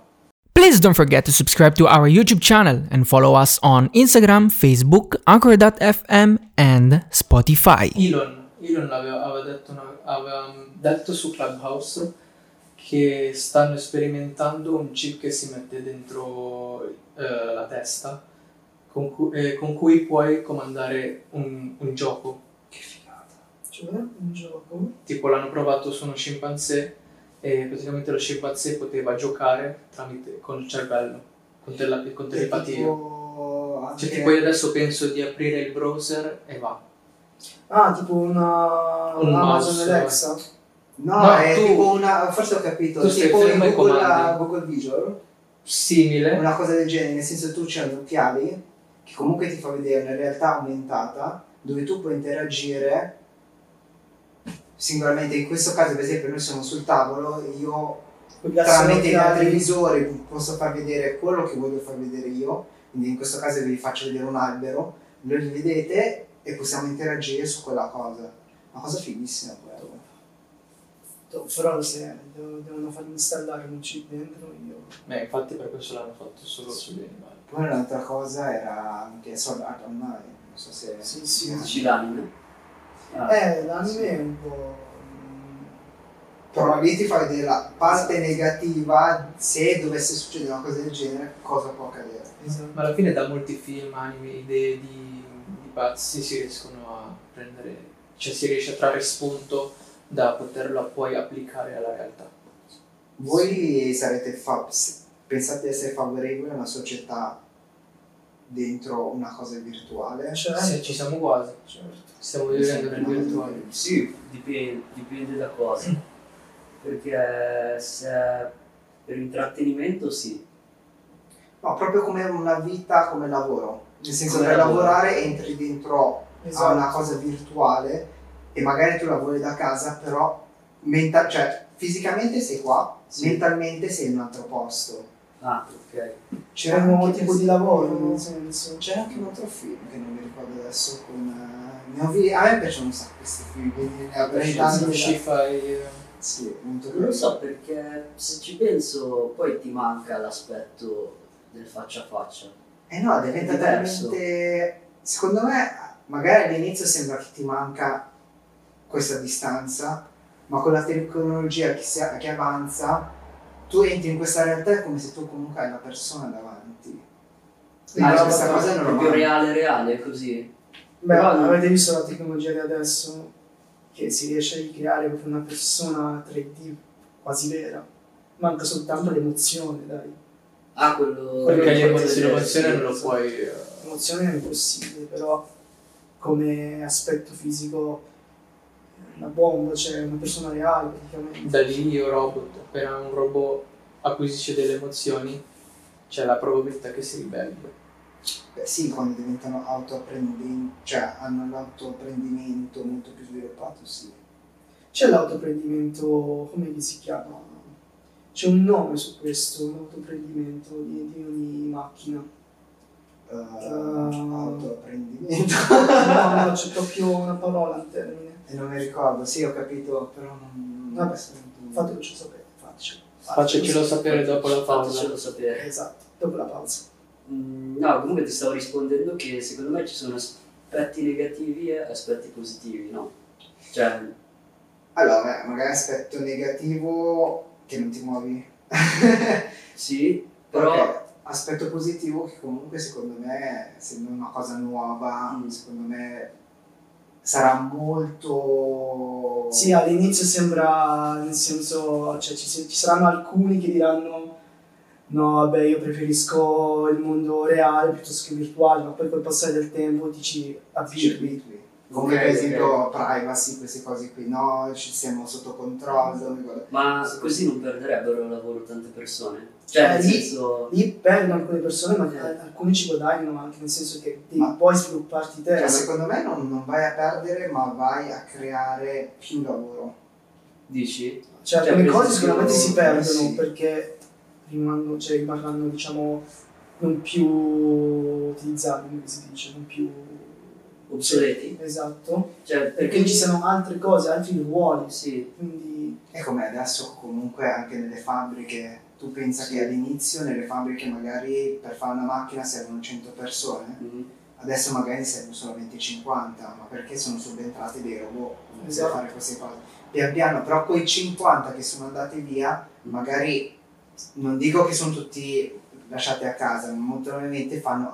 Speaker 5: Please don't forget to subscribe to our YouTube channel and follow us on Instagram, Facebook, Anchor.fm, and Spotify.
Speaker 6: Elon, Elon aveva, aveva detto una- aveva detto su Clubhouse che stanno sperimentando un chip che si mette dentro eh, la testa con, cu- eh, con cui puoi comandare un, un gioco.
Speaker 1: Che figata. Cioè, un gioco.
Speaker 6: Tipo l'hanno provato su uno scimpanzé e praticamente lo scimpanzé poteva giocare tramite, con il cervello, con, tele- con telepatia.
Speaker 3: Cioè, Tipo, anche-
Speaker 6: Cioè tipo io adesso penso di aprire il browser e va.
Speaker 1: Ah, tipo una,
Speaker 6: Un
Speaker 1: una
Speaker 6: mouse,
Speaker 1: Amazon Alexa.
Speaker 3: No,
Speaker 6: No,
Speaker 3: è
Speaker 6: tu-
Speaker 3: tipo una. Forse ho capito.
Speaker 6: tu stai
Speaker 3: tipo in
Speaker 6: fermo ai
Speaker 3: Google,
Speaker 6: comandi. Eh?
Speaker 3: Google Visual,
Speaker 6: Simile.
Speaker 3: una cosa del genere, nel senso tu c'hai gli occhiali che comunque ti fa vedere una realtà aumentata dove tu puoi interagire singolarmente. In questo caso, per esempio, noi siamo sul tavolo e io
Speaker 1: Quei piazzoni
Speaker 3: tramite il
Speaker 1: occhiali.
Speaker 3: televisore posso far vedere quello che voglio far vedere io. Quindi in questo caso vi faccio vedere un albero, lo rivedete e possiamo interagire su quella cosa. Una cosa fighissima quella.
Speaker 1: Però se devo- devono farmi installare un chip dentro io.
Speaker 6: Beh, infatti per questo l'hanno fatto solo sugli animali.
Speaker 3: Poi un'altra cosa era anche Sword Art Online, non so se...
Speaker 1: Sì, sì.
Speaker 4: Dici l'anime. Ah,
Speaker 1: Eh, l'anime è un po'. mm,
Speaker 3: Però lì ti fa vedere la parte negativa, se dovesse succedere una cosa del genere, cosa può accadere.
Speaker 1: mm, Esatto.
Speaker 6: Ma alla fine da molti film, anime, idee di, di pazzi si riescono a prendere, cioè si riesce a trarre spunto da poterlo poi applicare alla realtà.
Speaker 3: Voi sarete fa- se- pensate di essere favorevoli a una società dentro una cosa virtuale?
Speaker 1: Certo,
Speaker 6: Sì, Cioè, ci siamo quasi,
Speaker 1: certo.
Speaker 6: stiamo vivendo nel virtuale.
Speaker 4: Sì, dipende, dipende da cosa. Perché se per intrattenimento sì.
Speaker 3: No, proprio come una vita, come lavoro. Nel senso,
Speaker 4: Come
Speaker 3: per
Speaker 4: lavoro.
Speaker 3: lavorare entri dentro a
Speaker 1: Esatto.
Speaker 3: Ah, una cosa virtuale e magari tu lavori da casa, però menta- cioè, fisicamente sei qua,
Speaker 4: Sì.
Speaker 3: mentalmente sei in un altro posto.
Speaker 4: Ah, ok.
Speaker 1: C'è un nuovo tipo di lavoro, nel
Speaker 3: C'era
Speaker 1: senso.
Speaker 3: anche un altro film che non mi ricordo adesso con... eh, ne ho vi- a me piacciono un sacco questi film, quindi eh, ne avrei tanti da-
Speaker 6: Sci-fi, eh,
Speaker 3: Sì, molto
Speaker 4: Non lo so perché se ci penso poi ti manca l'aspetto del faccia a faccia.
Speaker 3: Eh no, diventa
Speaker 4: È diverso.
Speaker 3: talmente... Secondo me, magari all'inizio sembra che ti manca questa distanza, ma con la tecnologia che, si- che avanza, tu entri in questa realtà come se tu comunque hai la persona davanti. Quindi
Speaker 1: Ah,
Speaker 3: questa
Speaker 1: no,
Speaker 3: cosa è
Speaker 4: proprio
Speaker 3: normale.
Speaker 4: reale reale così.
Speaker 1: Beh,
Speaker 4: Però-
Speaker 1: avete visto la tecnologia di adesso che si riesce a ricreare proprio una persona 3D quasi vera. Manca soltanto l'emozione, dai.
Speaker 4: Ah, quello...
Speaker 6: perché
Speaker 4: quello
Speaker 6: l'emozione,
Speaker 4: del-
Speaker 6: l'emozione non lo
Speaker 4: sì.
Speaker 6: puoi... eh,
Speaker 1: L'emozione è impossibile, però come aspetto fisico è una bomba, cioè una persona reale praticamente.
Speaker 6: da lì io robot, appena un robot acquisisce delle emozioni, c'è la probabilità che si ribelli.
Speaker 3: Beh, sì, quando diventano autoapprendenti, cioè hanno l'autoapprendimento molto più sviluppato, sì.
Speaker 1: C'è l'autoprendimento, come che si chiama? C'è un nome su questo, l'autoprendimento di, di ogni macchina.
Speaker 3: Eh,
Speaker 4: Ehm.
Speaker 1: Ah.
Speaker 3: autoapprendimento.
Speaker 1: No, no, c'è proprio una parola al termine.
Speaker 3: E non mi ricordo, sì, ho capito, però non...
Speaker 1: Vabbè,
Speaker 3: non-
Speaker 1: Fatecelo sapere, fatecelo.
Speaker 6: Fatecelo sapere dopo la pausa.
Speaker 4: Fatecelo sapere.
Speaker 1: Esatto, dopo la pausa.
Speaker 4: Mm, No, comunque ti stavo rispondendo che secondo me ci sono aspetti negativi e aspetti positivi, no? Cioè,
Speaker 3: Allora, beh, magari aspetto negativo che non ti muovi.
Speaker 4: sì, però...
Speaker 3: Ok, Aspetto positivo che comunque secondo me, essendo una cosa nuova,
Speaker 4: Mm.
Speaker 3: secondo me sarà molto...
Speaker 1: Sì, all'inizio sembra, nel senso, cioè, ci, ci saranno alcuni che diranno no, vabbè, io preferisco il mondo reale piuttosto che virtuale, ma poi col passare del tempo ti ci
Speaker 3: Circuitui.
Speaker 1: avvicini.
Speaker 3: come
Speaker 4: Ok,
Speaker 3: per esempio
Speaker 4: ok.
Speaker 3: privacy, queste cose qui, no? Ci siamo sotto
Speaker 4: Mm.
Speaker 3: controllo, mi guarda-
Speaker 4: Ma così non perderebbero lavoro tante persone. Cioè, nel
Speaker 1: Eh, sì.
Speaker 4: senso.
Speaker 1: Lì perdono alcune persone, ma eh, alcuni ci guadagnano anche, nel senso che devi
Speaker 3: Ma-
Speaker 1: poi svilupparti te.
Speaker 3: Cioè, secondo me non, non vai a perdere, ma vai a creare più lavoro.
Speaker 4: Dici?
Speaker 1: Cioè,
Speaker 4: Cioè,
Speaker 1: alcune
Speaker 4: per
Speaker 1: cose
Speaker 4: esempio,
Speaker 1: sicuramente si perdono
Speaker 3: eh, sì.
Speaker 1: perché rimangono, cioè, rimarranno, diciamo, non più utilizzabili, come si dice, non più...
Speaker 4: Obsoleti?
Speaker 1: Esatto,
Speaker 4: Cioè,
Speaker 1: perché ci siano altre cose, altri ruoli,
Speaker 4: Sì,
Speaker 1: quindi...
Speaker 3: E come adesso comunque anche nelle fabbriche, tu pensa che all'inizio nelle fabbriche magari per fare una macchina servono 100 persone,
Speaker 4: mm,
Speaker 3: adesso magari servono solamente 50, ma perché sono subentrati dei robot per
Speaker 1: Esatto.
Speaker 3: fare queste cose. Pian piano, però quei 50 che sono andati via, magari non dico che sono tutti lasciati a casa, ma molto probabilmente fanno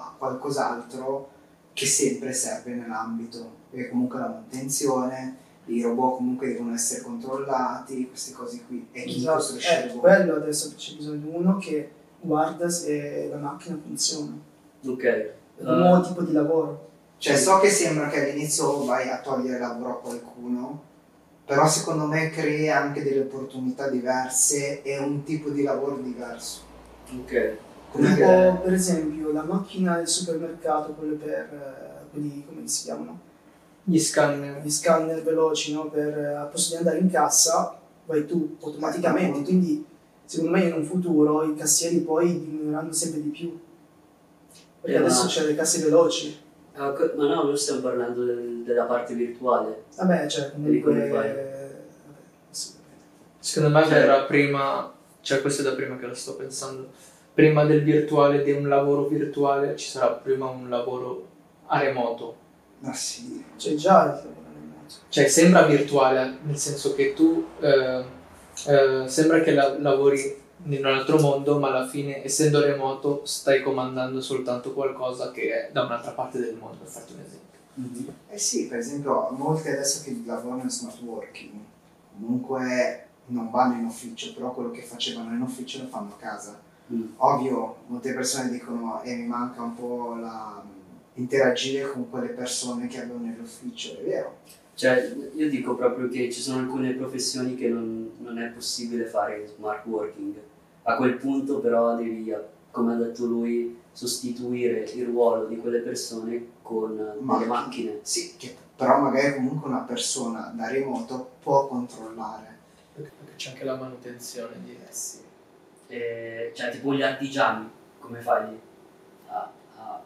Speaker 3: qualcos'altro che sempre serve nell'ambito, perché comunque la manutenzione, i robot comunque devono essere controllati, queste cose qui, e chi
Speaker 1: Esatto,
Speaker 3: costruisce il
Speaker 1: eh,
Speaker 3: robot.
Speaker 1: quello adesso c'è bisogno di uno che guarda se la macchina funziona,
Speaker 4: ok.
Speaker 1: è
Speaker 3: Eh.
Speaker 1: un nuovo tipo di lavoro.
Speaker 3: Cioè so che sembra che all'inizio vai a togliere lavoro a qualcuno, però secondo me crea anche delle opportunità diverse e un tipo di lavoro diverso.
Speaker 4: Ok.
Speaker 3: Come dire-
Speaker 1: Tipo, per esempio, la macchina del supermercato, quelle per, eh, quelli, come si chiamano?
Speaker 6: Gli scanner.
Speaker 1: gli scanner veloci no? per eh, posso di andare in cassa, vai tu automaticamente. Quindi, secondo me, in un futuro i cassieri poi diminuiranno sempre di più. Perché
Speaker 4: Eh, ma-
Speaker 1: adesso c'è le casse veloci.
Speaker 4: Ah, co- ma no, non stiamo parlando del- della parte virtuale.
Speaker 1: Vabbè, cioè,
Speaker 4: Vedi
Speaker 1: comunque.
Speaker 4: come fai.
Speaker 1: eh, vabbè, sì,
Speaker 6: Secondo me
Speaker 4: Cioè-
Speaker 6: verrà prima, cioè questo è da prima che lo sto pensando, prima del virtuale, di un lavoro virtuale, ci sarà prima un lavoro a remoto.
Speaker 3: Ma sì.
Speaker 1: C'è cioè, già il lavoro remoto.
Speaker 6: Cioè sembra virtuale, nel senso che tu eh, eh, sembra che la- lavori in un altro mondo, ma alla fine, essendo remoto, stai comandando soltanto qualcosa che è da un'altra parte del mondo, per farti un esempio.
Speaker 3: Eh sì, per esempio, molti adesso che lavorano in smart working, comunque non vanno in ufficio, però quello che facevano in ufficio lo fanno a casa.
Speaker 4: Mm.
Speaker 3: Ovvio, molte persone dicono e mi manca un po' la interagire con quelle persone che avevo nell'ufficio, è vero.
Speaker 4: Cioè, io dico proprio che ci sono alcune professioni che non, non è possibile fare in smart working. A quel punto però devi, come ha detto lui, sostituire il ruolo di quelle persone con
Speaker 3: Ma-
Speaker 4: le macchine.
Speaker 3: Sì, che però magari comunque una persona da remoto può controllare.
Speaker 6: Perché perché c'è anche la manutenzione di...
Speaker 3: Eh sì.
Speaker 4: E, cioè, tipo gli artigiani, come fai a, a-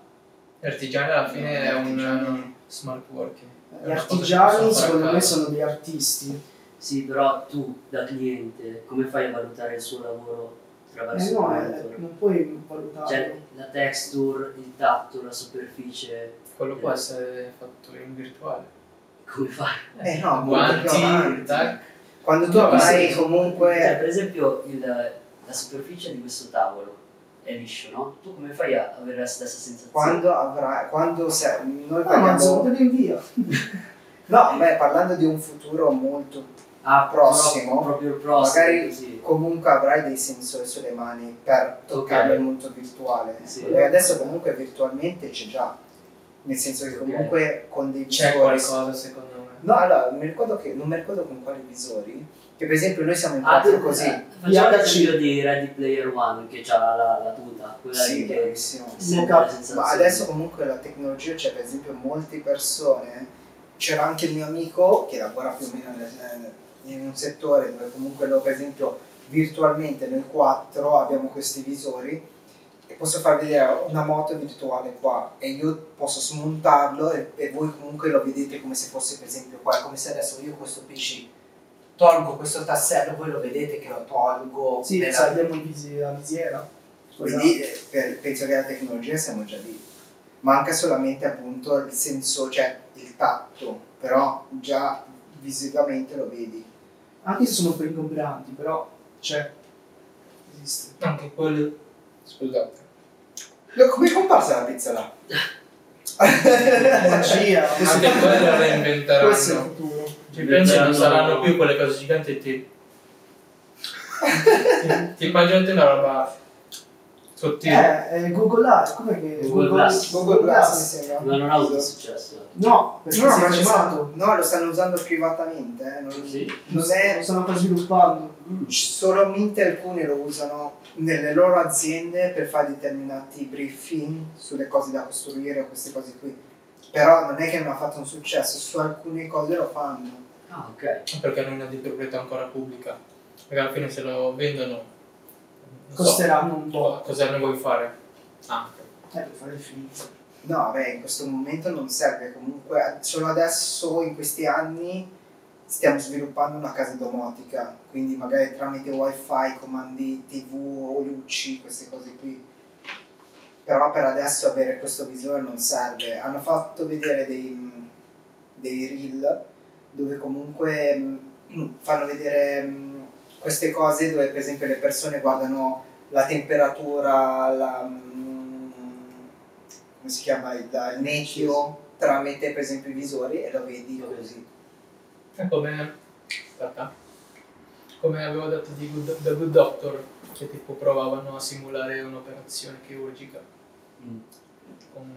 Speaker 6: L'artigiano alla fine è un
Speaker 3: Artigiano.
Speaker 6: smart working. È
Speaker 1: Gli
Speaker 6: una cosa che possono
Speaker 1: artigiani,
Speaker 6: fare a
Speaker 1: secondo me,
Speaker 6: casa.
Speaker 1: sono degli artisti.
Speaker 4: Sì, però tu, da cliente, come fai a valutare il suo lavoro attraverso
Speaker 1: Eh
Speaker 4: il
Speaker 1: no, eh,
Speaker 4: monitor?
Speaker 1: non puoi valutarlo.
Speaker 4: Ah, Cioè, la texture, il tatto, la superficie,
Speaker 6: Quello può essere fatto in virtuale.
Speaker 4: come fai?
Speaker 3: Eh no, molto più
Speaker 6: Guanti,
Speaker 3: avanti.
Speaker 6: tac.
Speaker 3: Quando tu
Speaker 6: Ma
Speaker 3: avrai
Speaker 4: sì. Cioè,
Speaker 3: comunque...
Speaker 4: per esempio, il- la superficie di questo tavolo è liscio, no? Tu come fai a avere la stessa sensazione?
Speaker 3: Quando avrai... Quando sei... Noi
Speaker 1: Ah, ma
Speaker 3: parliamo...
Speaker 1: insomma, te lo invio.
Speaker 3: No, beh, parlando di un futuro molto...
Speaker 4: Ah,
Speaker 3: prossimo,
Speaker 4: pro- proprio il prossimo,
Speaker 3: magari-
Speaker 4: così.
Speaker 3: Comunque avrai dei sensori sulle mani per toccarlo
Speaker 4: Ok.
Speaker 3: in mondo virtuale.
Speaker 4: Sì.
Speaker 3: Perché adesso comunque virtualmente c'è già. Nel senso che
Speaker 4: Ok.
Speaker 3: comunque con dei
Speaker 6: C'è
Speaker 3: visori...
Speaker 6: qualcosa secondo me.
Speaker 3: No, allora, mi ricordo che... Non mi ricordo con quali visori. Che per esempio noi siamo in
Speaker 4: Ah,
Speaker 3: quattro
Speaker 4: tu-
Speaker 3: così.
Speaker 4: eh, Facciamo
Speaker 1: VHC.
Speaker 4: l'esempio di Ready Player One che ha la, la tuta, quella
Speaker 3: Sì,
Speaker 4: lì che
Speaker 3: bravissimo.
Speaker 4: sembra la
Speaker 3: Ma
Speaker 4: sensazione.
Speaker 3: adesso comunque la tecnologia, c'è per esempio molte persone, c'era anche il mio amico che lavora più o meno nel- in un settore dove comunque loro per esempio virtualmente nel 4 abbiamo questi visori e posso far vedere una moto virtuale qua e io posso smontarlo e, e voi comunque lo vedete come se fosse per esempio qua, come se adesso io questo PC tolgo questo tassello, voi lo vedete che lo tolgo.
Speaker 1: Sì,
Speaker 3: nella-
Speaker 1: cioè, abbiamo il visi- la visiera.
Speaker 3: quindi eh, per- penso che la tecnologia siamo già lì. Manca solamente appunto il senso, cioè il tatto, però già visivamente lo vedi.
Speaker 1: anche se sono un po' ingombranti, però c'è. Esiste.
Speaker 6: Anche quello. Scusate.
Speaker 3: Lo- Come è comparsa la pizza là?
Speaker 1: Magia, questo
Speaker 6: Anche
Speaker 1: è,
Speaker 6: quello la
Speaker 1: questo è il
Speaker 6: reinventeranno.
Speaker 1: futuro.
Speaker 6: Ci pensi non saranno più quelle cose giganti e ti. Ti immagini una roba
Speaker 7: sottile.
Speaker 1: Eh, eh, Google Art, come che...
Speaker 4: Google Glass.
Speaker 1: Google Glass.
Speaker 3: mi sembra.
Speaker 4: Ma non ha avuto successo.
Speaker 1: No, perché
Speaker 7: No,
Speaker 1: si è
Speaker 7: ma ci
Speaker 1: fermato.
Speaker 7: sono-
Speaker 3: No, lo stanno usando privatamente, eh, non-
Speaker 4: Sì.
Speaker 3: non è
Speaker 1: Lo stanno ancora sviluppando.
Speaker 3: solamente alcuni lo usano nelle loro aziende per fare determinati briefing sulle cose da costruire o queste cose qui. Però non è che non ha fatto un successo, su alcune cose lo fanno.
Speaker 4: Ah, ok.
Speaker 3: Eh.
Speaker 7: Perché non è di proprietà ancora pubblica. Perché alla fine se lo vendono... non so,
Speaker 1: Costeranno un po'.
Speaker 7: Cosa ne vuoi fare? Ah, ok.
Speaker 1: Eh, per fare il film.
Speaker 3: No, vabbè, in questo momento non serve comunque, solo adesso in questi anni stiamo sviluppando una casa domotica, quindi magari tramite wifi, comandi tv o luci, queste cose qui. Però per adesso avere questo visore non serve. Hanno fatto vedere dei, dei reel dove comunque mh, fanno vedere mh, queste cose dove per esempio le persone guardano la temperatura, la, mh, come si chiama il, il meteo tramite per esempio i visori e lo vedi così.
Speaker 7: È come. aspetta. Come avevo detto di Good- The Good Doctor, che tipo provavano a simulare un'operazione chirurgica
Speaker 4: Mm.
Speaker 7: con.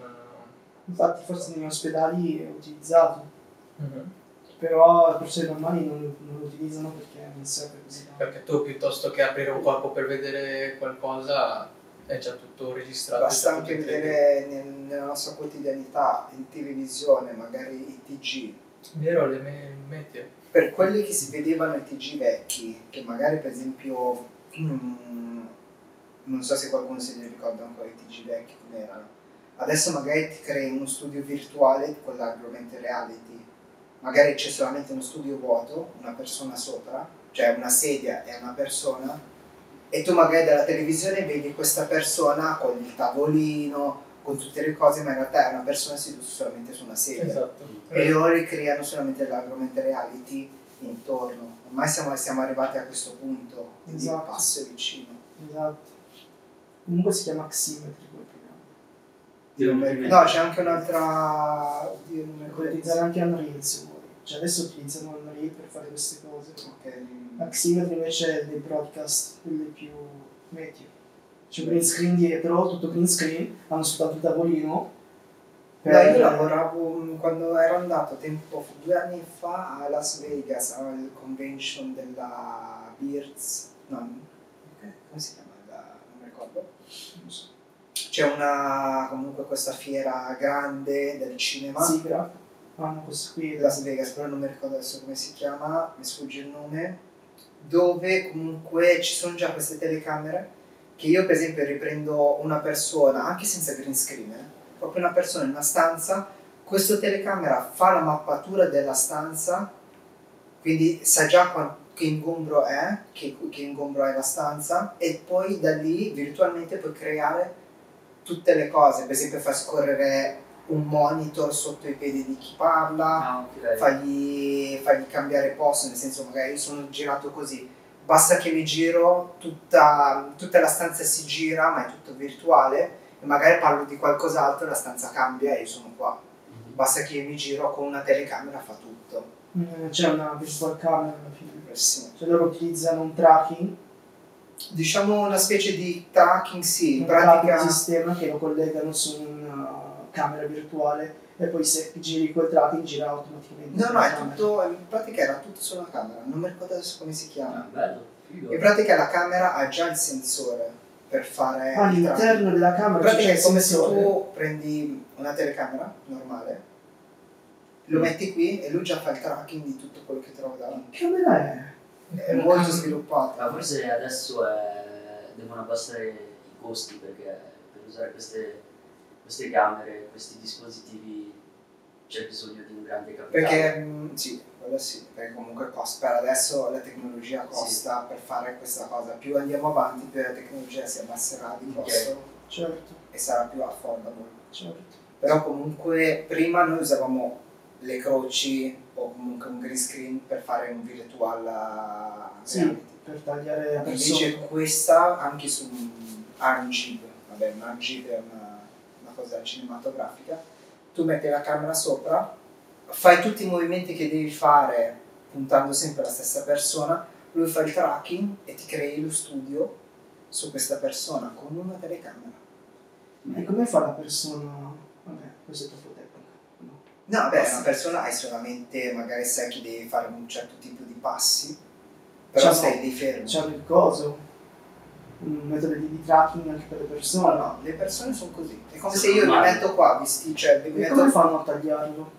Speaker 1: Infatti forse negli ospedali è utilizzato,
Speaker 7: eh,
Speaker 1: però le persone normali non, non lo utilizzano perché non serve così tanto.
Speaker 7: Perché tu piuttosto che aprire un corpo per vedere qualcosa è già tutto registrato. è già
Speaker 3: Basta
Speaker 7: tutto
Speaker 3: anche
Speaker 7: in 3D.
Speaker 3: vedere nel- nella nostra quotidianità in televisione, magari i TG.
Speaker 7: Vero, le me- meteo.
Speaker 3: Per quelli che si vedevano i TG vecchi, che magari per esempio, mm, non so se qualcuno se ne ricorda ancora i TG vecchi come erano, adesso magari ti crei uno studio virtuale con l'argomento reality, magari c'è solamente uno studio vuoto, una persona sopra, cioè una sedia e una persona, e tu magari dalla televisione vedi questa persona con il tavolino, con tutte le cose, ma in realtà è una persona seduta solamente su una sedia
Speaker 7: Esatto.
Speaker 3: e loro ricreano solamente l'argomento reality intorno. Ormai siamo, siamo arrivati a questo punto, quindi
Speaker 1: Esatto.
Speaker 3: il passo è vicino.
Speaker 1: Esatto. Comunque si chiama Ximetry quel programma.
Speaker 3: No, c'è anche un'altra... Oddio, non mi
Speaker 1: Per utilizzare anche Unreal se vuoi. Cioè adesso utilizzano Unreal per fare queste cose. La Eh,
Speaker 3: Ok.
Speaker 1: Ximetry invece è dei broadcast, quelle più meteo. C'è un green screen di, però tutto green screen, hanno soltanto il tavolino.
Speaker 3: No,
Speaker 1: eh.
Speaker 3: io lavoravo mm, quando ero andato tempo, due anni fa a Las Vegas, al convention della Beards, no, come si chiama? La- non mi ricordo.
Speaker 1: Eh,
Speaker 3: C'è una, comunque questa fiera grande del cinema.
Speaker 1: Sigra, hanno questo qui.
Speaker 3: Las Vegas, però non mi ricordo adesso come si chiama, mi sfugge il nome, dove comunque ci sono già queste telecamere che io per esempio riprendo una persona, anche senza green screen, eh, proprio una persona in una stanza, questa telecamera fa la mappatura della stanza, quindi sa già quan- che ingombro è, che, che ingombro è la stanza, e poi da lì virtualmente puoi creare tutte le cose, per esempio far scorrere un monitor sotto i piedi di chi parla,
Speaker 4: Ah, ok.
Speaker 3: fagli, fagli cambiare posto, nel senso magari io sono girato così, basta che mi giro, tutta, tutta la stanza si gira, ma è tutto virtuale, e magari parlo di qualcos'altro, la stanza cambia e io sono qua.
Speaker 1: Mhm.
Speaker 3: Basta che io mi giro con una telecamera, fa tutto.
Speaker 1: Mm, C'è una virtual camera alla fine.
Speaker 3: Sì.
Speaker 1: Cioè loro utilizzano un tracking,
Speaker 3: Diciamo una specie di tracking, sì, in
Speaker 1: un
Speaker 3: pratica...
Speaker 1: tracking sistema che lo collegano su una camera virtuale e poi se giri quel tracking gira automaticamente.
Speaker 3: No, no,
Speaker 1: sulla
Speaker 3: è
Speaker 1: camera.
Speaker 3: tutto, in pratica era tutto sulla camera, non mi ricordo adesso come si
Speaker 4: Ah,
Speaker 3: chiama.
Speaker 4: bello. Figo.
Speaker 3: In pratica la camera ha già il sensore per fare...
Speaker 1: Ah,
Speaker 3: il tracking.
Speaker 1: all'interno della
Speaker 3: In
Speaker 1: camera
Speaker 3: pratica
Speaker 1: c'è
Speaker 3: è come se
Speaker 1: sensore.
Speaker 3: tu prendi una telecamera normale, lo metti qui e lui già fa il tracking di tutto quello che trova davanti.
Speaker 1: Che camera è?
Speaker 3: È molto sviluppato.
Speaker 4: Ma forse adesso eh, devono abbassare i costi perché per usare queste, queste camere, questi dispositivi c'è bisogno di un grande capitale.
Speaker 3: Perché mh, sì, quello sì, perché comunque costa, per adesso la tecnologia costa per fare questa cosa. Più andiamo avanti, più la tecnologia si abbasserà di
Speaker 4: Ok.
Speaker 3: costo
Speaker 1: Certo,
Speaker 3: e sarà più affordable.
Speaker 1: certo.
Speaker 3: Però comunque prima noi usavamo le croci o comunque un green screen per fare un virtual eh,
Speaker 1: Sì.
Speaker 3: reality.
Speaker 1: Per tagliare la
Speaker 3: Invece
Speaker 1: persona.
Speaker 3: questa anche su Arngib, vabbè, un Arngib è una, una cosa cinematografica, tu metti la camera sopra, fai tutti i movimenti che devi fare puntando sempre alla stessa persona, lui fa il tracking e ti crei lo studio
Speaker 1: su questa persona con una telecamera. E come fa la persona? Vabbè, questo è troppo tecnico. No.
Speaker 3: No, beh, una persona hai solamente, magari sai che devi fare un certo tipo di passi, però
Speaker 1: Cioè,
Speaker 3: stai
Speaker 1: no.
Speaker 3: lì fermo.
Speaker 1: C'è il coso, un metodo di tracking anche per le
Speaker 3: no,
Speaker 1: persone.
Speaker 3: no, le persone sono così. È come se io mi metto qua, vesti, cioè mi
Speaker 1: E
Speaker 3: metto
Speaker 1: come fanno a tagliarlo?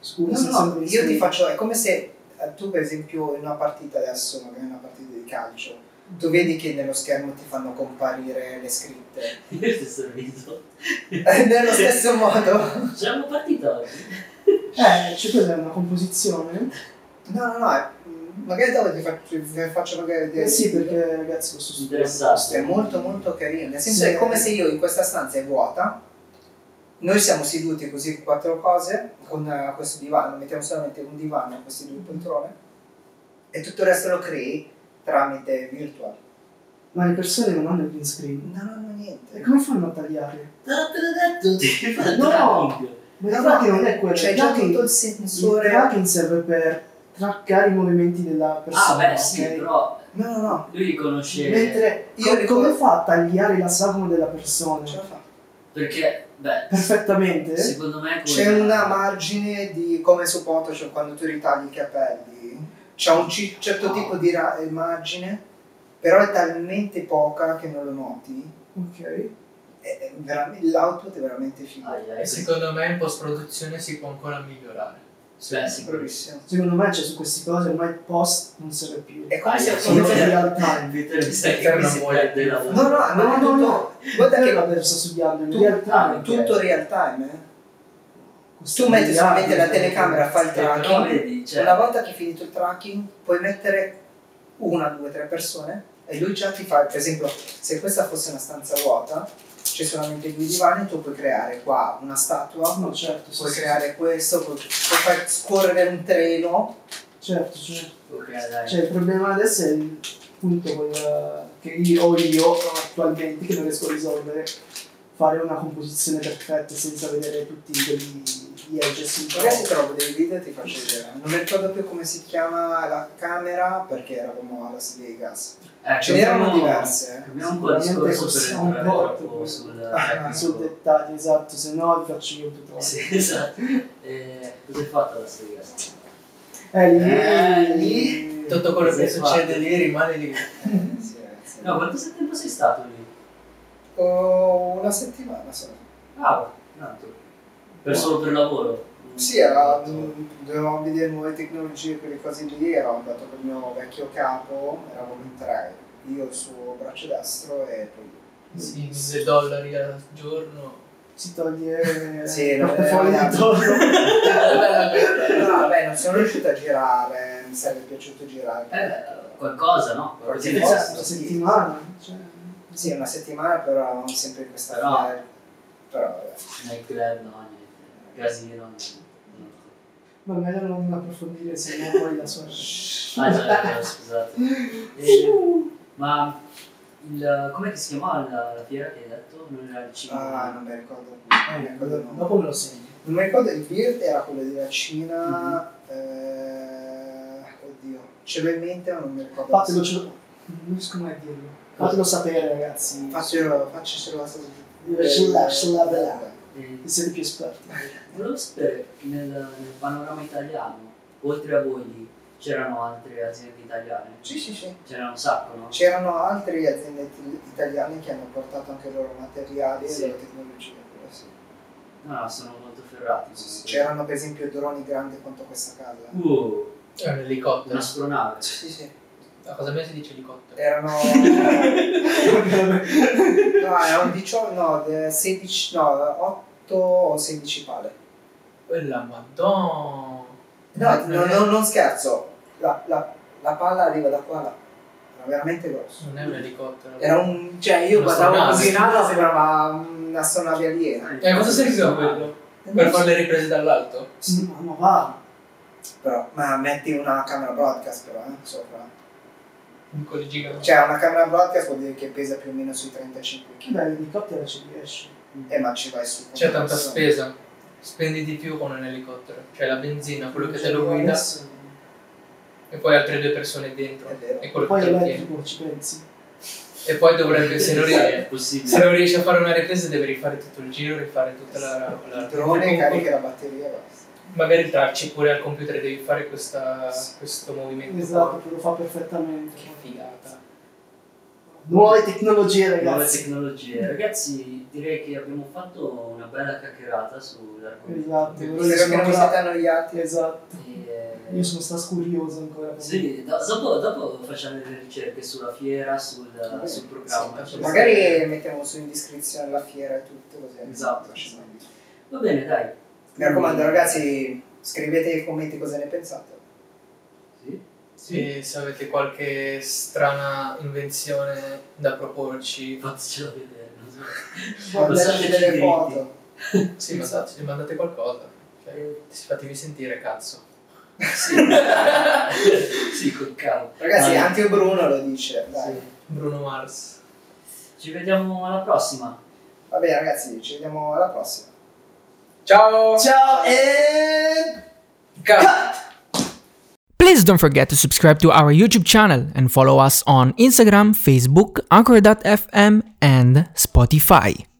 Speaker 1: Scusa, se
Speaker 3: No, no,
Speaker 1: sono
Speaker 3: io ti
Speaker 1: dei-
Speaker 3: faccio, è come se eh, tu per esempio in una partita adesso, magari una partita di calcio,
Speaker 1: Mm.
Speaker 3: tu vedi che nello schermo ti fanno comparire le scritte.
Speaker 4: Io ti sorriso.
Speaker 3: Eh, nello stesso modo.
Speaker 4: C'è una partita oggi.
Speaker 1: Eh, c'è quella è una composizione?
Speaker 3: No, no, no, è- mm, magari dopo ti faccio, ti faccio magari vedere.
Speaker 1: Eh sì, perché ragazzi questo
Speaker 4: Interessante.
Speaker 3: È molto molto carino. Nel senso
Speaker 1: Sì.
Speaker 3: è come se io in questa stanza è vuota. Noi siamo seduti così quattro cose con eh, questo divano, mettiamo solamente un divano e queste
Speaker 1: Mm.
Speaker 3: due poltrone e tutto il resto lo crei tramite virtual.
Speaker 1: Ma le persone non hanno il green screen.
Speaker 3: No, no, no,
Speaker 1: E
Speaker 3: niente.
Speaker 1: come fanno a tagliare?
Speaker 4: Ah, Te l'ho detto, ti fa il
Speaker 1: No!
Speaker 4: tracking.
Speaker 1: Ma il tracking Esatto, non è quello. il
Speaker 3: C'è cioè, già
Speaker 1: tracking-
Speaker 3: tutto il
Speaker 1: il
Speaker 3: sensore.
Speaker 1: tracking serve per traccare i movimenti della persona.
Speaker 4: Ah, beh, sì,
Speaker 1: ok?
Speaker 4: però
Speaker 3: No, no, no.
Speaker 4: lui conosce.
Speaker 1: Mentre
Speaker 3: Io
Speaker 1: co-
Speaker 3: ricordo-
Speaker 1: come fa a tagliare la sagoma della persona?
Speaker 3: Ce la fa.
Speaker 4: Perché, beh,
Speaker 1: Perfettamente?
Speaker 4: secondo me. come-
Speaker 3: C'è una margine di come su Photoshop quando tu ritagli i capelli. C'è un ci-
Speaker 1: Ah.
Speaker 3: certo tipo di ra- margine, però è talmente poca che non lo noti.
Speaker 1: Ok.
Speaker 3: è- è vera- l'output è veramente figo.
Speaker 4: Ai, ai,
Speaker 6: E secondo me in post-produzione si può ancora migliorare.
Speaker 4: Beh, sì,
Speaker 3: Bravissimo.
Speaker 1: Secondo me cioè, su queste cose ormai il post non serve più.
Speaker 3: È come se
Speaker 4: Dai,
Speaker 1: Sono
Speaker 3: fosse...
Speaker 1: in
Speaker 3: No,
Speaker 1: real time.
Speaker 4: Peter, mi
Speaker 6: stai
Speaker 4: sa che qui
Speaker 6: fermo,
Speaker 4: si
Speaker 6: vuoi?
Speaker 4: perde la
Speaker 3: no,
Speaker 1: No,
Speaker 3: no, no,
Speaker 1: no,
Speaker 3: tutto,
Speaker 1: no.
Speaker 3: guarda
Speaker 1: Perché
Speaker 3: che
Speaker 1: l'ho perso su Diablo? In
Speaker 3: tu-
Speaker 1: real time.
Speaker 3: tutto real time, eh.
Speaker 1: Questo
Speaker 3: Tu metti
Speaker 1: miliardo
Speaker 3: solamente la
Speaker 1: di-
Speaker 3: telecamera, fai il
Speaker 4: Però
Speaker 3: tracking.
Speaker 4: vedi, cioè,
Speaker 3: Una volta che hai finito il tracking, puoi mettere una, due, tre persone e lui già ti fa, per esempio, se questa fosse una stanza vuota, c'è solamente due divani, tu puoi creare qua una statua,
Speaker 1: No, certo, sì,
Speaker 3: puoi
Speaker 1: sì,
Speaker 3: creare questo, puoi, puoi far scorrere un treno.
Speaker 1: sì. Certo, certo.
Speaker 4: ok, dai.
Speaker 1: Cioè, il problema adesso è il punto quel, eh, che io ho io attualmente che non riesco a risolvere. Fare una composizione perfetta senza vedere tutti quelli gli edges in
Speaker 3: Magari
Speaker 1: gioco.
Speaker 3: trovo dei video e ti faccio vedere. Non mi ricordo più come si chiama la camera perché eravamo a Las Vegas.
Speaker 4: Ecco,
Speaker 3: Ce n'erano
Speaker 4: torniamo-
Speaker 3: diverse.
Speaker 4: Abbiamo un po' di
Speaker 1: Sicuramente
Speaker 4: discorso per
Speaker 1: possiamo
Speaker 4: entrare
Speaker 1: un po'
Speaker 4: troppo
Speaker 1: più-
Speaker 4: sul
Speaker 3: Ah,
Speaker 1: Sul
Speaker 4: tecnico.
Speaker 1: dettaglio esatto, se no vi faccio io tutto.
Speaker 4: Sì, esatto. Eh, cosa hai fatto alla sera?
Speaker 1: Eh, lì,
Speaker 4: Eh,
Speaker 1: lì-
Speaker 6: Tutto quello che
Speaker 4: Sì,
Speaker 6: succede
Speaker 4: infatti.
Speaker 6: lì rimane lì.
Speaker 3: Eh, sì, ragazzi.
Speaker 4: No, quanto tempo sei stato lì?
Speaker 3: Oh, una settimana solo.
Speaker 4: Ah, tanto. Per solo per lavoro?
Speaker 3: Sì, era, dovevamo vedere nuove tecnologie, quelle cose lì, ero andato con il mio vecchio capo, eravamo in tre, io il suo braccio destro e poi
Speaker 6: Sì, 1000 dollari al giorno.
Speaker 1: si toglie eh,
Speaker 3: Sì,
Speaker 1: il
Speaker 3: no,
Speaker 1: portafoglio
Speaker 3: eh,
Speaker 1: intorno.
Speaker 3: No, vabbè, non sono riuscito a girare, mi sarebbe piaciuto girare.
Speaker 4: Eh, qualcosa, no? Qualcosa di
Speaker 3: Qualcosa.
Speaker 4: esatto.
Speaker 1: Una settimana. Cioè,
Speaker 3: Sì, una settimana però eravamo sempre in questa
Speaker 4: Però-
Speaker 3: fila, Però eh, vabbè.
Speaker 4: Nightclub, no, niente. Casino, niente.
Speaker 1: ma meglio non approfondire se no poi la sua.
Speaker 4: Ah, già, eh, scusate. Eh, ma il, com'è che si chiamava la, la fiera che hai detto? Non era il cibo?
Speaker 3: Ah, non mi ricordo. Non mi ricordo il nome.
Speaker 1: Dopo me lo segno.
Speaker 3: Non mi ricordo il Beard era quello della Cina. eh, oddio, ce l'ho in mente, ma non mi ricordo.
Speaker 1: Fatelo, ce lo- non riesco mai a dirlo. Fatelo sapere, ragazzi.
Speaker 3: Faccio, faccio la stessa
Speaker 1: Ce l'ha, ce l'ha, ce l'ha.
Speaker 4: Eh,
Speaker 1: Che siete più esperti.
Speaker 4: Volevo sapere, nel, nel panorama italiano, oltre a voi lì, c'erano altre aziende italiane?
Speaker 3: Sì, sì, sì.
Speaker 4: C'era un sacco, no?
Speaker 3: C'erano altre aziende it- italiane che hanno portato anche i loro materiali
Speaker 4: Sì.
Speaker 3: e le loro tecnologie. quello sì.
Speaker 4: No, no, Ah, sono molto ferrati. comunque.
Speaker 3: C'erano per esempio droni grandi quanto questa casa.
Speaker 4: Uh,
Speaker 6: È un elicottero.
Speaker 4: un'astronave.
Speaker 3: Sì, sì.
Speaker 6: A cosa mia si dice elicottero?
Speaker 3: Erano. no, erano 18, no, de- 16, no, 8 o 16 pale.
Speaker 6: Quella madonna.
Speaker 3: No, no, no, non scherzo, la, la- la palla arriva da qua, là. era veramente grosso.
Speaker 6: Non è un elicottero.
Speaker 3: Era un, cioè io
Speaker 6: Una
Speaker 3: guardavo
Speaker 6: astronave.
Speaker 3: così in alto, sembrava una astronave aliena.
Speaker 6: Eh, cosa serviva quello?
Speaker 3: Ah,
Speaker 6: Per fare le riprese dall'alto?
Speaker 1: Sì, ma ma va.
Speaker 3: Però, ma metti una camera broadcast però, eh, sopra.
Speaker 6: Un collo gigante.
Speaker 3: Cioè una camera broadcast vuol dire che pesa più o meno sui 35
Speaker 1: Che
Speaker 3: kg.
Speaker 1: bello, l'elicottero ci riesce.
Speaker 3: Eh, ma ci vai su. con
Speaker 6: C'è
Speaker 3: una
Speaker 6: tanta
Speaker 3: persona.
Speaker 6: spesa. Spendi di più con un elicottero. Cioè la benzina, quello che te
Speaker 3: Cioè,
Speaker 6: lo guida
Speaker 1: Adesso-
Speaker 6: e poi altre due persone dentro.
Speaker 3: È vero.
Speaker 6: E quello
Speaker 1: Poi
Speaker 6: che te lo tiene.
Speaker 1: elettrico, ci pensi?
Speaker 6: E poi dovrebbe, se non, ri-
Speaker 4: È
Speaker 6: se
Speaker 4: possibile.
Speaker 6: non riesci a fare una ripresa, devi rifare tutto il giro, rifare tutta la. la
Speaker 3: Il drone
Speaker 6: comunque-
Speaker 3: carica la batteria. basta.
Speaker 6: Magari tracci pure al computer, devi fare questa- questo movimento.
Speaker 1: Esatto,
Speaker 6: qua.
Speaker 1: che lo fa perfettamente.
Speaker 6: Che figata.
Speaker 1: Nuove tecnologie,
Speaker 4: Nuove
Speaker 1: ragazzi.
Speaker 4: tecnologie. Ragazzi, direi che abbiamo fatto una bella cacchierata sull'argomento.
Speaker 1: Esatto, io
Speaker 3: Spero che
Speaker 1: sono
Speaker 3: non vi
Speaker 1: ancora-
Speaker 3: siate annoiati.
Speaker 1: Esatto.
Speaker 4: E- eh,
Speaker 1: Io sono stas curioso ancora.
Speaker 4: Sì, do- dopo, dopo facciamo delle ricerche sulla fiera, sul,
Speaker 3: Sì,
Speaker 4: sul programma.
Speaker 6: sì,
Speaker 3: Magari mettiamo su in descrizione la fiera e tutto così.
Speaker 4: Esatto. Va bene, dai.
Speaker 3: Mi raccomando ragazzi, scrivete nei commenti cosa ne pensate.
Speaker 4: Sì.
Speaker 6: E se avete qualche strana invenzione da proporci,
Speaker 4: Fatecelo vedere. non so.
Speaker 3: Mandateci
Speaker 4: Passateci
Speaker 3: delle
Speaker 4: i
Speaker 3: foto.
Speaker 6: sì, esatto. mandateci- mandate qualcosa. Cioè, fatevi sentire, cazzo.
Speaker 4: diritti. sì, col cavo.
Speaker 3: Ragazzi,
Speaker 4: Dai.
Speaker 3: anche Bruno lo dice. Dai.
Speaker 4: Sì.
Speaker 6: Bruno Mars.
Speaker 4: Ci vediamo alla prossima.
Speaker 3: Va bene ragazzi, ci vediamo alla prossima.
Speaker 6: Ciao!
Speaker 1: Ciao e...
Speaker 6: Ciao.
Speaker 5: Please don't forget to subscribe to our YouTube channel and follow us on Instagram, Facebook, Anchor.fm, and Spotify.